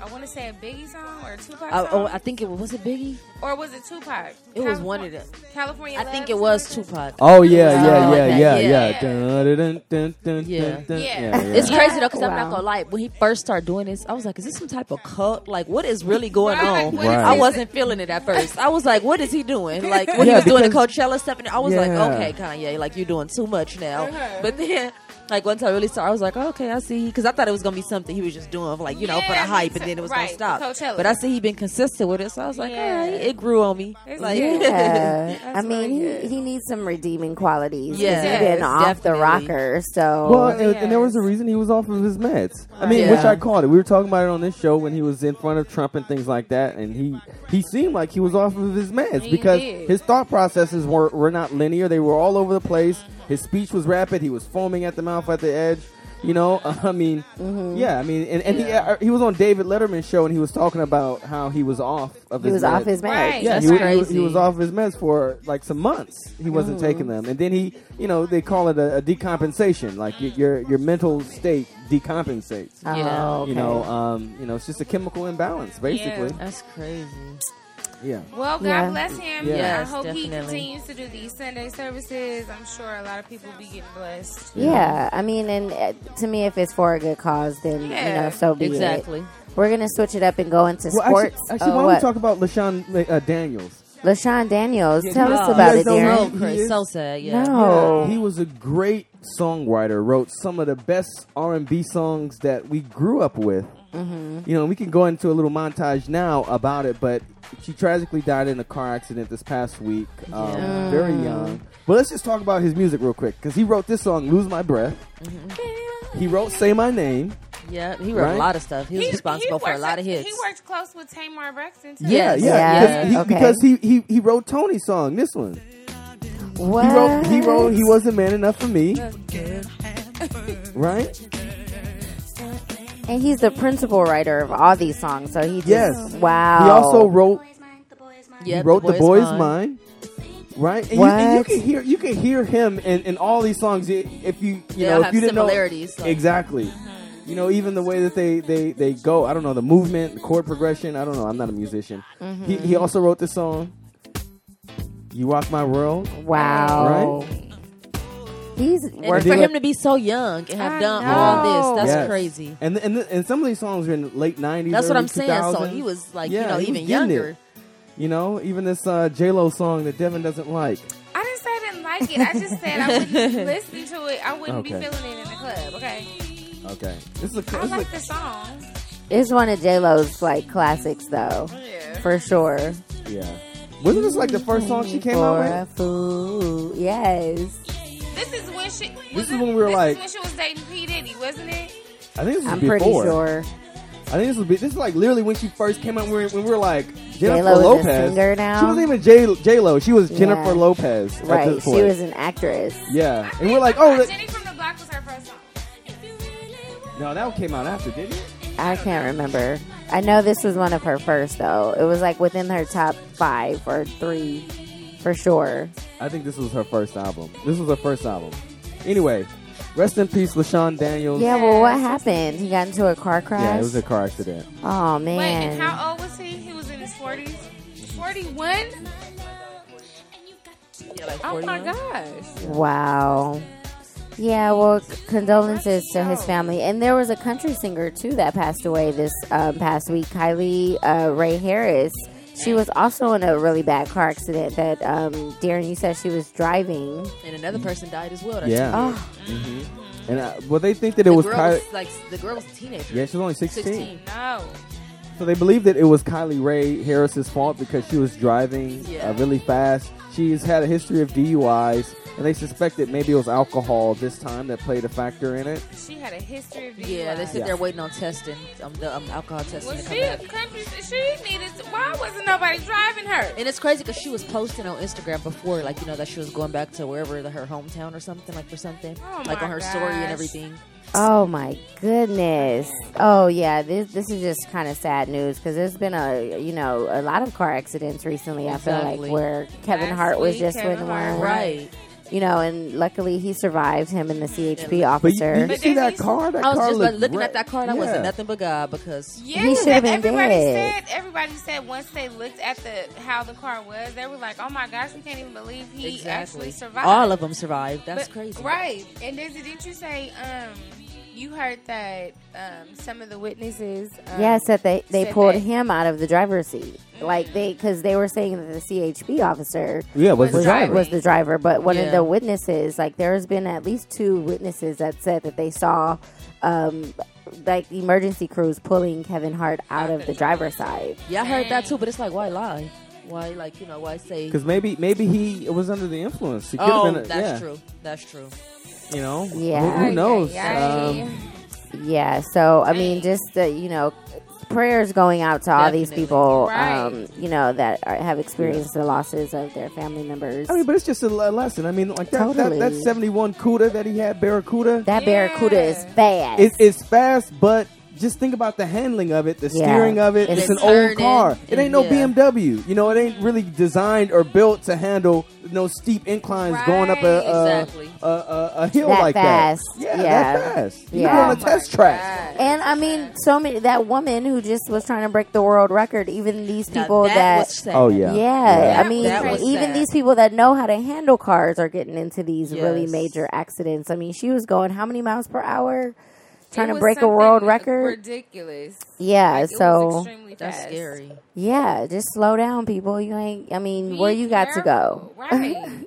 S2: I want to say a Biggie song or a Tupac
S6: I,
S2: song,
S6: oh, I think it was was it Biggie?
S2: or was it Tupac?
S6: It was one of them.
S2: California.
S6: I
S2: Love,
S6: think it
S2: something
S6: was
S2: like that?
S6: Tupac.
S3: Oh yeah, yeah,
S6: Something
S3: yeah,
S6: like that,
S3: yeah,
S6: yeah.
S3: yeah. Dun, dun, dun, dun,
S6: Yeah.
S3: dun, dun.
S2: Yeah.
S3: yeah, yeah.
S6: It's crazy though, because I'm
S1: Wow.
S6: not gonna lie. When he first started doing this, I was like, "Is this some type of cult? Like, what is really going
S2: Right,
S6: on?"
S2: what
S3: is
S6: I
S3: this?
S6: wasn't feeling it at first. I was like, "What is he doing?" Like when
S3: Yeah,
S6: he was doing the
S3: because-
S6: Coachella stuff, and I was like,
S3: Yeah.
S6: "Okay, Kanye, like you're doing too much now."
S2: Uh-huh.
S6: But then. Like once I really saw, I was like, oh, okay, I see, because I thought it was gonna be something he was just doing, for like you know, for the
S2: Yeah,
S6: hype,
S2: me
S6: and then
S2: too.
S6: it was
S2: Right,
S6: gonna
S2: Coachella.
S6: stop. But I see he been consistent with it, so I was like,
S2: Yeah.
S6: all right, it grew on me.
S2: It's
S6: Like,
S2: good.
S1: Yeah. Uh, I
S2: That's
S1: mean,
S2: really
S1: he,
S2: good.
S1: he needs some redeeming qualities. 'cause
S6: Yes,
S1: he's been off the
S6: definitely.
S1: rocker. So
S3: Well,
S2: Really
S3: and, and there was a
S2: is.
S3: reason he was off of his meds. I mean, which
S6: Yeah.
S3: I called it. We were talking about it on this show when he was in front of Trump and things like that, and he he seemed like he was off of his meds
S2: He
S3: because
S2: did.
S3: his thought processes were were not linear. They were all over the place. His speech was rapid. He was foaming at the mouth, at the edge. You know, I mean,
S1: Mm-hmm.
S3: yeah, I mean, and, and He, uh, he was on David Letterman's show and he was talking about how he was off of
S1: he was
S3: his meds.
S1: off his meds.
S2: Right.
S3: Yeah,
S6: That's
S3: he, was- he was-
S6: crazy.
S3: he was off his meds for like some months. He wasn't taking them, and then he, you know, they call it a, a decompensation. Like your, your your mental state decompensates.
S1: Oh,
S6: Yeah.
S1: okay.
S3: You know, um, you know, it's just a chemical imbalance, basically.
S6: That's crazy.
S3: Yeah.
S2: Well, God
S1: Yeah.
S2: bless him.
S3: Yeah.
S6: Yes,
S2: I hope he
S6: definitely.
S2: continues to do these Sunday services. I'm sure a lot of people be getting blessed.
S1: Yeah, I mean, and uh, to me, if it's for a good cause, then you
S2: Yeah,
S1: know, so be it.
S6: Exactly.
S1: We're gonna switch it up and go into
S3: Well,
S1: sports.
S3: actually, actually
S1: Oh,
S3: why don't we
S1: what?
S3: talk about Lashawn uh, Daniels?
S1: LaShawn Daniels, tell us
S6: you
S1: about
S3: guys
S1: it,
S3: don't know-
S1: Darren.
S6: So,
S3: He
S6: crazy.
S3: is-
S6: so sad. Yeah.
S1: No,
S3: He was a great songwriter. Wrote some of the best R and B songs that we grew up with.
S1: Mm-hmm.
S3: You know, we can go into a little montage now about it, but she tragically died in a car accident this past week. Um, Very young. But let's just talk about his music real quick because he wrote this song, "Lose My Breath." He wrote "Say My Name."
S6: Yeah, he wrote
S3: Right?
S6: a lot of stuff. He was responsible for a
S2: worked-
S6: lot of hits.
S2: He worked close with Tamar Braxton too.
S6: Yeah,
S3: yeah,
S1: Yeah,
S3: 'cause He,
S1: okay.
S3: Because he, he he wrote Tony's song, this one.
S1: what?
S3: He wrote he wrote he wasn't man enough for me. right?
S1: and he's the principal writer of all these songs. So he just
S3: Yes.
S1: wow.
S3: He also wrote he
S6: Yep,
S3: wrote the boy's
S6: Mine.
S3: mind, right? And you, and you
S1: What?
S3: can hear you can hear him in, in all these songs i- if you you
S6: They all
S3: know if
S6: have
S3: you didn't
S6: similarities,
S3: know
S6: like- Mm-hmm.
S3: exactly. You know, even the way that they, they, they go, I don't know, the movement, the chord progression, I don't know, I'm not a musician. He, he
S6: Mm-hmm.
S3: also wrote this song, You Rock My World.
S1: wow. He's
S6: And
S1: working.
S6: for
S3: do
S6: him
S3: it-
S6: to be so young and have
S2: I
S6: done all
S2: know.
S6: this, that's
S3: Yes.
S6: crazy.
S3: And, th- and, th- and some of these songs were in the late 90s.
S6: That's what
S3: early
S6: I'm saying. So
S3: 2000s.
S6: he was like,
S3: Yeah,
S6: you know,
S3: he was getting
S6: even
S3: it.
S6: younger.
S3: You know, even this uh, J-Lo song that Devin doesn't like.
S2: I didn't say I didn't like it. I just said I wouldn't listen to it. I wouldn't be
S3: Okay.
S2: feeling it in the club. Okay.
S3: Okay. This is a,
S2: I
S3: this
S2: like
S3: is
S2: the song.
S1: It's one of J Lo's like classics, though,
S2: Yeah.
S1: for sure.
S3: a, yeah. Wasn't this like the first song she came out
S1: for
S3: with?
S1: a fool, yes.
S2: This is when she.
S3: This
S2: was
S3: is
S2: it-
S3: when we were
S2: this
S3: like-
S2: Is when she was dating P Diddy, wasn't it?
S3: I think this was
S1: I'm
S3: before.
S1: pretty sure
S3: I think this was be- this is like literally when she first came out. When we were, when we were like Jennifer
S1: J-Lo is a
S3: Lopez.
S1: singer now?
S3: She wasn't even J J Lo. She was Jennifer
S1: Yeah.
S3: Lopez. at
S1: right.
S3: this
S1: She
S3: point.
S1: was an actress.
S3: Yeah,
S2: I
S3: and we're like,
S2: think
S3: oh that-
S2: Jenny from the Block was her first song.
S3: no, that one came out after, didn't it?
S1: I can't remember. I know this was one of her first though. It was like within her top five or three, for sure.
S3: I think this was her first album. This was her first album. Anyway, rest in peace, LaShawn Daniels.
S1: Yeah. Well, what happened? He got into a car crash.
S3: Yeah, it was a car accident.
S1: oh
S2: Wait, and
S1: man.
S2: how old was he? He was in his forties. Forty-one.
S6: Yeah, like
S2: Oh my
S6: 41.
S2: gosh.
S1: Wow. Yeah, well, c- condolences to his family. And there was a country singer, too, that passed away this um, past week, Kylie uh, Ray Harris. She was also in a really bad car accident that, um, Darren, you said she was driving.
S6: And another person died as well. That's
S3: Yeah.
S1: Oh,
S3: And uh, well, they think that it
S6: the
S3: was
S6: girl
S3: Kylie.
S6: was like the girl was a teenager.
S3: Yeah, she was only 16.
S6: 16.
S2: No.
S3: So they believe that it was Kylie Ray Harris's fault because she was driving
S6: Yeah.
S3: uh, really fast. She's had a history of DUIs, and they suspect that maybe it was alcohol this time that played a factor in it.
S2: She had a history of DUI.
S6: Yeah, they sit
S3: Yeah.
S6: there waiting on testing, um, the um, alcohol testing
S2: Well,
S6: to come
S2: she
S6: back.
S2: country. She needed. Why wasn't nobody driving her?
S6: And it's crazy because she was posting on Instagram before, like you know, that she was going back to wherever the, her hometown or something, like for something,
S2: Oh
S6: like
S2: my
S6: on her story and
S2: gosh.
S6: everything.
S1: oh my goodness. Oh, yeah, this, this is just kind of sad news because there's been a, you know, a lot of car accidents recently, I feel
S6: Exactly.
S1: like, where Kevin
S2: Last
S1: Hart was
S2: week,
S1: just
S2: Kevin
S1: with
S2: Hart,
S1: one.
S6: Right.
S1: You know, and luckily he survived, him and the CHP
S3: But you,
S1: officer.
S3: did you
S2: But
S3: see
S2: they
S3: that
S2: need-
S3: car? That
S6: I was
S3: car
S6: just like,
S3: looked
S6: looking
S3: red.
S6: at that card. I
S3: Yeah.
S6: wasn't nothing but God because
S2: Yeah,
S1: He should've been
S2: everybody
S1: dead.
S2: said everybody said once they looked at the how the car was, they were like, "Oh my gosh, we can't even believe he actually
S6: exactly
S2: survived."
S6: all of them survived. That's
S2: But-
S6: crazy,
S2: right? And Dizzy, didn't you say um, you heard that um, some of the witnesses? Um,
S1: Yes, that they, they
S2: said
S1: pulled
S2: that-
S1: him out of the driver's seat. Like they, because they were saying that the CHP officer
S3: Yeah, was the
S1: was,
S3: driver.
S1: was the driver, but one of
S6: Yeah.
S1: the witnesses, like there's been at least two witnesses that said that they saw, um, like emergency crews pulling Kevin Hart out of the driver's side.
S6: Yeah, I heard that too, but it's like, why lie? Why like you know why say?
S3: Because maybe maybe he was under the influence. He could
S6: Oh,
S3: have been. A, yeah,
S6: that's true. That's true.
S3: You know.
S1: Yeah.
S3: Who, who knows?
S2: Ay, ay,
S3: Um,
S1: Yeah, so I mean, just uh, you know, prayers going out to all these
S6: Definitely.
S1: people,
S2: Right.
S1: um, you know, that are, have experienced the losses of their family members.
S3: I mean, but it's just a le- lesson. I mean, like that,
S1: Totally.
S3: that, that 71 CUDA that he had, Barracuda,
S1: that Barracuda is
S2: Yeah.
S1: fast.
S3: it, it's fast, but just think about the handling of it, the
S1: Yeah.
S3: steering of it.
S1: It's
S3: It's, an
S6: turning.
S3: old car. It ain't no
S6: Yeah.
S3: BMW. You know, it ain't really designed or built to handle no steep inclines going up a a,
S6: Exactly.
S3: a, a, a hill
S1: That
S3: like
S1: fast.
S3: that. Yeah,
S1: Yeah.
S3: that fast.
S1: Yeah.
S3: You're on
S1: Oh
S3: a
S1: my
S3: test track.
S1: And I mean, so many that woman who just was trying to break the world record. Even these
S6: Now
S1: people
S6: that,
S1: that,
S6: was sad.
S3: Oh
S1: yeah,
S3: yeah.
S1: I
S2: That
S1: mean,
S2: was
S1: even
S6: sad.
S1: these people that know how to handle cars are getting into these really
S6: Yes.
S1: major accidents. I mean, she was going how many miles per hour, trying
S2: it
S1: to
S2: was
S1: break a
S2: something
S1: world record.
S2: Ridiculous.
S1: Yeah,
S2: Like, it was
S1: so
S2: extremely
S6: That's
S2: fast.
S6: scary.
S1: yeah, just slow down, people. You ain't. I mean, where
S2: Be
S1: you got to go?
S2: careful. Right.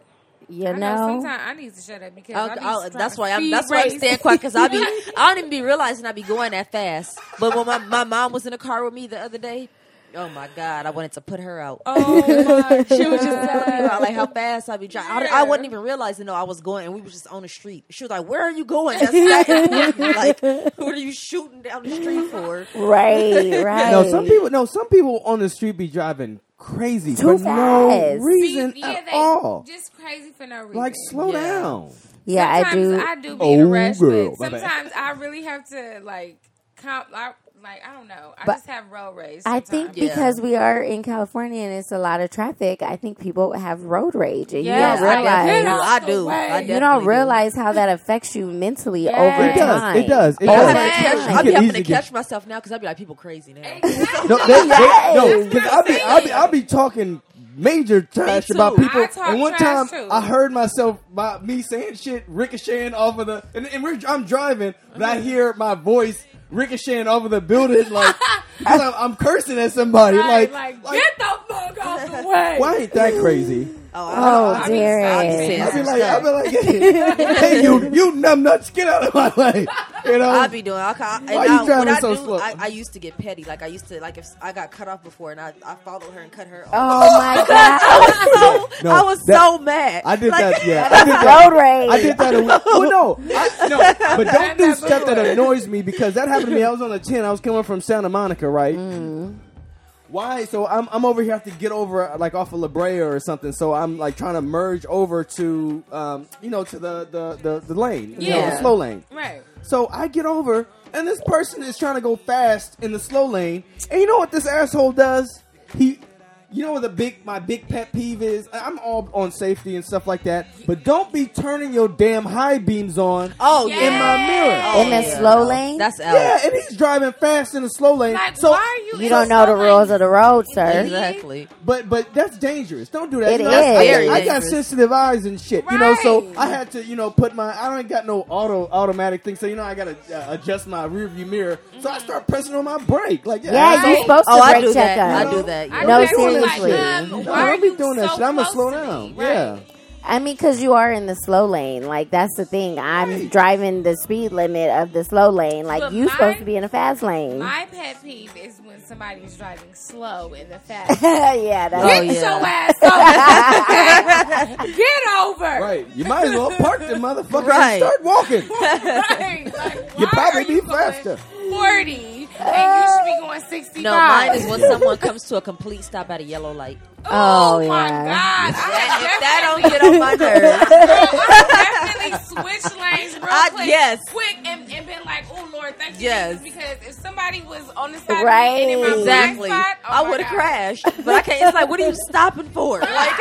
S1: You
S2: I know.
S1: know.
S2: Sometimes I need to shut up because
S6: I'll,
S2: I be
S6: I'll,
S2: trying
S6: that's
S2: to
S6: why I'm.
S2: speed
S6: That's why I'm
S2: race.
S6: staying quiet because I be. I don't even be realizing I be going that fast. But when my, my mom was in the car with me the other day, oh my god, I wanted to put her out.
S2: Oh my
S6: She was just telling me about like how fast I be driving. I, I
S2: Yeah.
S6: wasn't even realizing though I was going, and we were just on the street. She was like, "Where are you going?" That's that. like, what are you shooting down the street for?
S1: Right, right.
S3: No, some people. No, some people on the street be driving crazy
S1: Too
S3: for no
S1: fast.
S3: reason
S2: yeah,
S3: at
S2: they
S3: all.
S2: Just crazy for no reason.
S3: Like slow
S6: Yeah.
S3: down.
S1: yeah, I
S2: sometimes
S1: do.
S2: I do be in a
S3: Oh,
S2: rush,
S3: girl, my
S2: but
S3: bad.
S2: sometimes I really have to like comp. I, like I don't know. I
S1: But
S2: just have road rage.
S1: I
S2: Sometimes.
S1: think
S6: Yeah.
S1: because we are in California and it's a lot of traffic, I think people have road rage, and
S2: Yes,
S1: you don't
S2: I
S1: realize.
S2: get
S6: do.
S2: it.
S6: I do.
S2: You
S6: I
S2: don't
S1: you
S6: definitely
S1: don't
S6: do.
S1: realize how that affects you mentally
S2: Yes.
S1: over
S3: It does.
S1: time. Oh
S3: It does. It
S1: Over
S3: does.
S6: I'm having to
S1: time.
S6: catch, I be
S3: It
S6: having to
S3: easily gets-
S6: catch myself now because I be like, people crazy now.
S3: No, they, they, no, because I be, I be, I be talking major trash
S6: too.
S3: about people.
S2: I talk
S3: and one time,
S2: trash too.
S3: I heard myself, my, me saying shit ricocheting off of the, and, and we're, I'm driving, but
S2: Mm-hmm.
S3: I hear my voice ricocheting over the building, like because I'm, I'm cursing at somebody, like,
S2: Right, like,
S3: like,
S2: get the fuck off the way.
S3: why ain't that crazy?
S1: Oh,
S6: I be- I be saying
S1: Darren.
S3: I be
S6: some
S3: like, I
S6: stuff.
S3: be like, hey, you, you numbnuts, get out of my way, you know.
S6: I be doing. I, I, and
S3: Oh. Why you
S6: I,
S3: driving
S6: when I
S3: so
S6: do,
S3: slow?
S6: I, I used to get petty. Like I used to like if I got cut off before and I, I followed her and cut her off.
S1: Oh my god,
S6: So,
S3: No,
S6: I was
S3: that-
S6: so mad.
S3: I did
S6: Like,
S3: that. Yeah, I did that.
S1: road rage.
S3: I did that. A week. Well, no, I, no. But don't do stuff that annoys me because that happened to me. I was on a ten. I was coming from Santa Monica, right? Why? So I'm I'm over here. I have to get over like off of La Brea or something. So I'm like trying to merge over to um you know to the the the, the lane, you know, the
S2: Yeah.
S3: slow lane.
S2: Right.
S3: So I get over, and this person is trying to go fast in the slow lane. And you know what this asshole does? He You know what the big my big pet peeve is? I- I'm all on safety and stuff like that, but don't be turning your damn high beams on
S6: Oh
S3: in my mirror.
S2: Oh,
S1: in the slow lane.
S6: That's out.
S3: yeah, and he's driving fast in the slow lane.
S2: Like,
S3: so,
S2: why are you?
S1: you don't know the rules of the road, sir.
S6: Exactly.
S3: but but that's dangerous. Don't do that.
S1: It
S3: you know,
S1: is.
S3: I, got-
S1: Very
S3: I got
S6: dangerous.
S3: sensitive eyes and shit. You know, so
S2: Right.
S3: I had to you know put my I don't got no auto automatic thing, so you know I got to uh, adjust my rearview mirror. So I start pressing on my brake. Like yeah,
S1: Yeah,
S3: I
S1: you're
S3: don't-
S1: supposed to
S6: Oh, I
S1: brake
S6: do
S1: check
S6: that.
S1: us.
S6: I do that.
S2: I
S6: yeah.
S1: No,
S2: no, seriously.
S1: seriously.
S2: Like, um,
S3: No,
S2: why
S3: don't
S2: are
S3: be
S2: you
S3: doing
S2: so
S3: that shit. I'm
S2: going
S3: gonna
S2: to
S3: slow down.
S2: Right.
S3: Yeah.
S1: I mean, because you are in the slow lane. Like that's the thing. I'm driving the speed limit of the slow lane. Like
S2: But
S1: you supposed
S2: my-
S1: to be in the fast lane.
S2: My pet peeve is when somebody's driving slow in the fast.
S1: yeah, that's
S6: Oh,
S2: Get
S6: yeah.
S2: your ass over. Get over.
S3: Right. You might as well park the motherfucker
S6: Right.
S3: and start walking.
S2: Right. Like,
S3: You
S2: why
S3: probably
S2: are you
S3: be
S2: going
S3: faster.
S2: 40 and you should be going 65.
S6: No, mine is when someone comes to a complete stop at a yellow light.
S2: oh,
S1: Oh,
S2: my
S1: yeah.
S2: God. I
S6: That
S2: definitely-
S6: don't get on my nerves.
S2: I definitely switch lanes real
S6: I-
S2: quick,
S6: yes.
S2: quick, and, and been like, "Oh Lord, thank you."
S6: Yes.
S2: Jesus," because if somebody was on the side,
S1: Right.
S2: of me and in my blind
S6: Exactly.
S2: spot, oh
S6: I
S2: my
S6: would have
S2: God.
S6: crashed, but I can't. It's like, what are you stopping for? Like,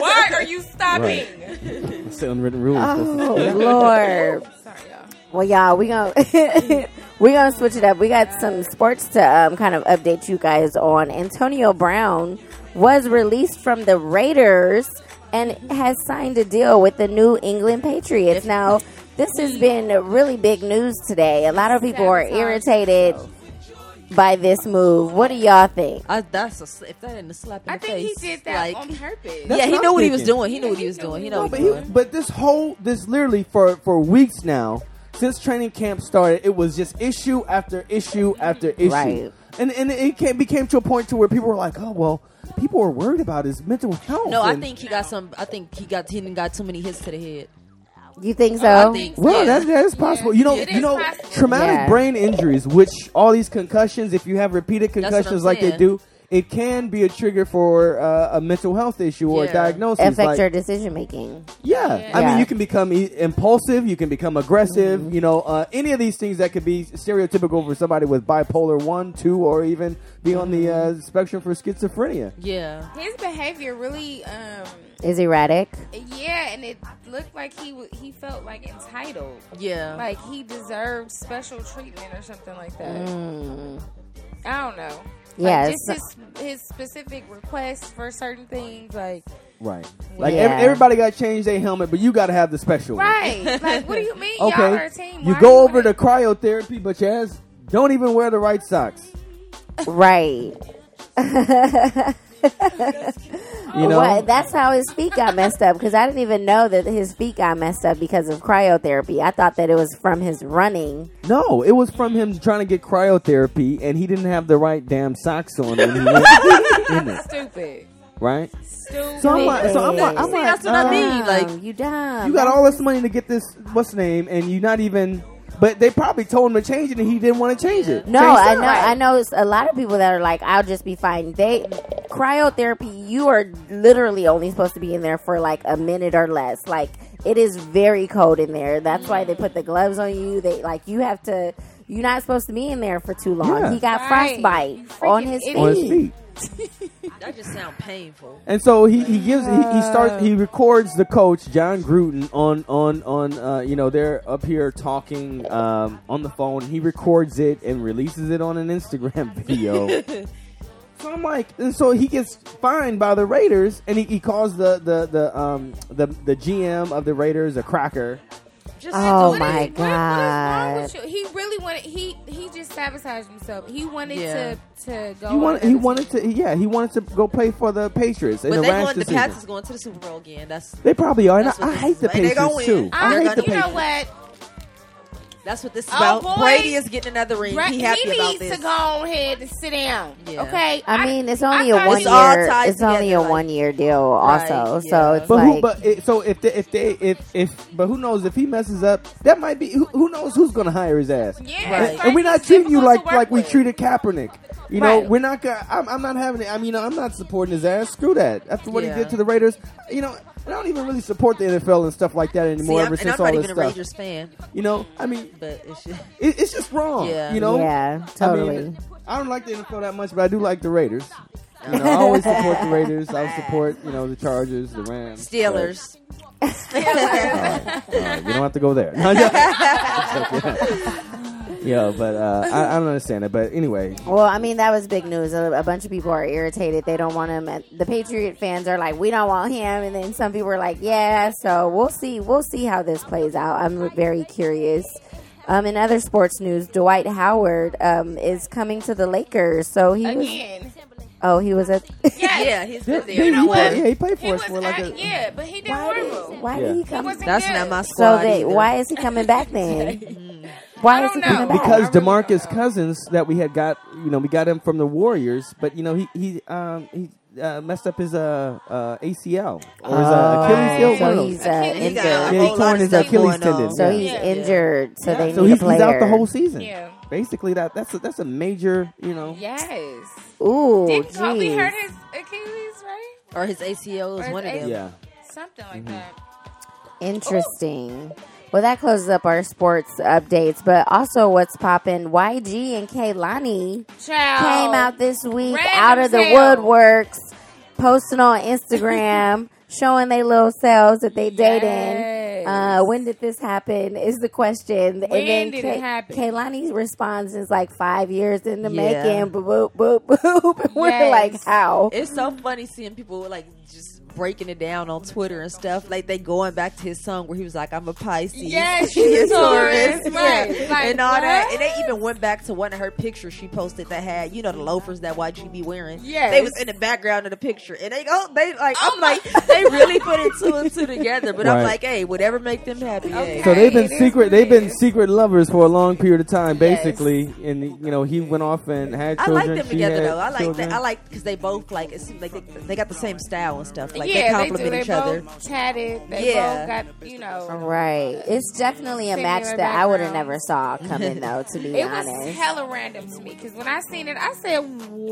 S2: Why are you stopping?
S3: It's the unwritten rules.
S1: Oh Lord.
S2: Sorry, y'all.
S1: Well, y'all, we gonna we gonna switch it up. We got some sports to um, kind of update you guys on. Antonio Brown was released from the Raiders and has signed a deal with the New England Patriots. Now, this has been really big news today. A lot of people are irritated by this move. What do y'all think?
S6: I, that's a, sl- if that ain't a slap in
S2: I
S6: the
S2: think he
S6: face.
S2: did that
S6: like,
S2: on purpose.
S3: That's
S6: yeah, he
S3: what
S6: knew
S3: I'm
S6: what he was
S3: thinking.
S6: doing. He knew what he was doing. He knew
S3: No,
S6: what
S3: but,
S6: he was
S3: he,
S6: doing.
S3: but this whole this literally for for weeks now since training camp started it was just issue after issue after issue
S1: Right.
S3: and and it came, became to a point to where people were like oh well people were worried about his mental health
S6: No, I
S3: and-
S6: think he got some. I think he got he didn't got too many hits to the head.
S1: You think so?
S6: I think
S3: well
S6: yeah.
S3: that, that is possible you know
S2: It
S3: you
S2: is
S3: know
S2: possible.
S3: traumatic
S1: Yeah.
S3: brain injuries which all these concussions if you have repeated
S6: what I'm
S3: concussions like they
S6: saying.
S3: do it can be a trigger for uh, a mental health issue or a
S6: Yeah.
S3: diagnosis
S1: affects
S3: like-
S1: your decision making.
S3: Yeah. I
S1: Yeah.
S3: mean, you can become e- impulsive, you can become aggressive,
S2: Mm-hmm.
S3: you know, uh, any of these things that could be stereotypical for somebody with bipolar 1, 2, or even be on the
S2: Mm-hmm.
S3: uh, spectrum for schizophrenia.
S6: yeah.
S2: His behavior really, um,
S1: Is erratic.
S2: yeah, and it looked like he w- he felt like entitled,
S6: Yeah.
S2: like he deserved special treatment or something like that. I don't know.
S1: Yeah,
S2: like
S1: it's-
S2: just his, his specific requests for certain things, like
S3: Right. Like,
S1: Yeah.
S3: ev- everybody got to change their helmet, but you got to have the special one.
S2: right, like what do you mean?
S3: Okay.
S2: Y'all are a team.
S3: You
S2: Why
S3: go
S2: you
S3: over
S2: wanna-
S3: to cryotherapy, but your ass don't even wear the right socks.
S1: Right.
S2: Oh,
S3: You know?
S1: What? That's how his feet got messed up because I didn't even know that his feet got messed up because of cryotherapy. I thought that it was from his running.
S3: No, it was from him trying to get cryotherapy, and he didn't have the right damn socks on when he went in it,
S2: stupid,
S3: right?
S2: stupid.
S3: So I'm like, so I'm like, I'm
S6: See,
S3: like,
S6: that's what I
S3: uh,
S6: mean. Like,
S1: Dumb, Um, you dumb.
S3: You got all this money to get this what's name, and you not even. But they probably told him to change it, and he didn't want to change it.
S1: No,
S3: Change
S1: I
S3: that.
S1: know. I know. It's a lot of people that are like, "I'll just be fine." They cryotherapy. You are literally only supposed to be in there for like a minute or less. Like it is very cold in there. That's why they put the gloves on you. They like you have to. You're not supposed to be in there for too long.
S3: Yeah.
S1: He got
S2: Right. You
S1: frostbite
S2: freaking
S1: on his feet.
S2: idiot.
S3: on his feet.
S6: that just sound painful.
S3: And so he, he gives he, he starts he records the coach John Gruden on on on uh, you know they're up here talking um, on the phone. He records it and releases it on an Instagram video. so I'm like, and so he gets fined by the Raiders, and he, he calls the the the um the the GM of the Raiders a cracker.
S6: Just
S1: Oh
S2: What
S1: my
S2: is- what- what is wrong
S1: God.
S2: with you? He really wanted. He he just sabotaged himself. He wanted
S6: Yeah.
S2: to to go.
S6: Oh,
S3: He wanted.
S2: on
S3: He
S2: another
S3: wanted to. Yeah, he wanted to go play for the Patriots in
S6: But
S3: the
S6: they
S3: Rams
S6: going. The
S3: this
S6: Pats
S3: season.
S6: is going to the Super Bowl again. That's
S3: They probably are. And I,
S6: That's what
S3: I
S6: this
S3: hate
S6: is.
S3: the
S6: And they gonna
S3: Patriots too.
S6: win.
S3: I,
S2: I,
S6: They're
S3: hate
S6: gonna-
S3: the
S2: you know
S3: Patriots.
S2: what?
S6: that's what this is
S2: Oh,
S6: about.
S2: boy.
S6: Brady is getting another ring.
S2: Right,
S6: he
S2: he,
S6: happy about
S2: needs
S6: this.
S2: to go on ahead and sit down.
S6: Yeah.
S2: Okay,
S1: I mean, it's only a
S2: thought-
S1: one
S6: It's all
S1: year.
S6: tied
S1: It's only
S6: together,
S1: a
S6: like-
S1: one year deal, also.
S6: Right,
S1: So
S6: yeah.
S1: it's
S3: But
S1: like
S3: who? But it, so if they, if they if if but who knows if he messes up that might be who, who knows who's gonna hire his ass.
S2: Yeah,
S6: Right.
S2: it's
S3: And we're not
S2: it's
S3: treating you
S2: difficult
S3: like
S2: to work
S3: like we
S2: with.
S3: treated Kaepernick. You know,
S2: Right.
S3: we're not gonna. I'm, I'm not having it. I mean, I'm not supporting his ass. Screw that. After what
S6: Yeah.
S3: he did to the Raiders, you know, I don't even really support the NFL and stuff like that
S6: See,
S3: anymore.
S6: I'm,
S3: ever
S6: and
S3: since
S6: I'm not
S3: all
S6: even
S3: this
S6: a
S3: stuff,
S6: Rangers fan,
S3: you know, I mean,
S6: but it's just,
S3: it, it's just wrong.
S6: Yeah.
S3: You know,
S1: yeah, totally.
S3: I, mean, I don't like the NFL that much, but I do like the Raiders. You know, I always support the Raiders. I would support, you know, the Chargers, the Rams. but-
S6: Steelers.
S3: All right. All right. You don't have to go there. No, yeah. Yo, but uh, I, I don't understand it. But anyway,
S1: Well, I mean, that was big news. A, a bunch of people are irritated. They don't want him. And The Patriot fans are like, we don't want him. And then some people are like, yeah. So we'll see. We'll see how this plays out. I'm very curious. Um, in other sports news, Dwight Howard um, is coming to the Lakers. So he was.
S2: Again.
S1: Oh, he was at.
S6: Yeah, he's
S3: yeah,
S6: been
S3: he,
S6: there.
S2: know
S3: he
S2: what?
S3: played, yeah, he played for
S2: He
S3: us
S2: was
S3: for like
S2: at-
S3: a.
S2: yeah, but he didn't
S1: Why
S2: horrible.
S1: did, why
S3: Yeah.
S1: did he
S3: He
S1: come?
S2: wasn't-
S6: That's not my
S1: So
S6: squad.
S1: they,
S6: either.
S1: why is he coming back then? Why is he
S2: I don't
S1: coming
S2: know.
S1: back?
S3: Because
S2: I really
S3: Demarcus
S2: don't know.
S3: Cousins that we had got, you know, we got him from the Warriors, but you know he he um he. Uh, messed up his uh, uh, ACL or his uh, Achilles heel.
S2: Right.
S3: one
S1: so
S3: of those.
S1: he's uh,
S2: Achilles
S6: He
S1: injured.
S6: got a
S3: Yeah, he
S6: whole lot
S3: torn
S6: of
S3: his
S6: stuff
S3: Achilles
S6: going on.
S3: tendon.
S1: So
S3: Yeah.
S1: he's
S2: Yeah.
S1: injured. So they need
S3: so he's,
S1: a
S3: he's out the
S1: player.
S3: whole season.
S2: Yeah.
S3: Basically, that that's a, that's a major, you know.
S2: Yes.
S1: Oh, Ooh,
S2: Didn't Kobe
S1: geez.
S2: hurt his Achilles, right?
S6: or his ACL
S2: Or
S6: is
S2: his
S6: one of them.
S3: Yeah.
S2: Something like
S3: Mm-hmm.
S2: that.
S1: Interesting. Well, that closes up our sports updates, but also what's poppin'? YG and Kaylani
S2: Child.
S1: came out this week
S2: Oh, Random
S1: out of the
S2: sale.
S1: woodworks, posting on Instagram, showing they little selves that they dating.
S2: Yes.
S1: Uh, when did this happen? Is the question.
S2: When
S1: and then
S2: did it happen?
S1: Kaylani responds is like five years in the
S6: Yeah.
S1: making. Boop boop boop boop. And We're
S2: Yes.
S1: like, how?
S6: It's so funny seeing people like just breaking it down on Twitter and stuff. Like they going back to his song where he was like, "I'm a Pisces,
S2: Yes,
S6: she
S2: she's
S6: is
S2: a Taurus,
S6: Taurus,
S2: right.
S6: Yeah.
S2: Like,
S6: and all that."
S2: what?
S6: And they even went back to one of her pictures she posted that had you know the loafers that YG be wearing.
S2: Yes. Oh
S6: they was in the background of the picture, and they go, they like, I'm like, they really put it two and two together. But
S3: Right.
S6: I'm like, hey, whatever make them happy.
S2: Okay.
S6: Okay.
S3: So they've been
S2: It is
S3: secret.
S2: what
S3: They've
S2: it
S3: been
S2: is.
S3: secret lovers for a long period of time,
S2: Yes.
S3: basically. And you know, he went off and had
S6: I
S3: children.
S6: like them
S3: she
S6: together
S3: had
S6: though. I like
S3: children.
S6: that. I like because they both like it seems like they, they got the same style and stuff. Like
S2: yeah,
S6: they
S2: do.
S6: complement
S2: They
S6: each other.
S2: both tatted. They
S6: Yeah.
S2: both got, you know.
S1: Right. It's definitely a
S2: Similar
S1: match that I would have
S2: background.
S1: never saw coming, though, to be
S2: It was
S1: honest.
S2: hella random to me because when I seen it, I said,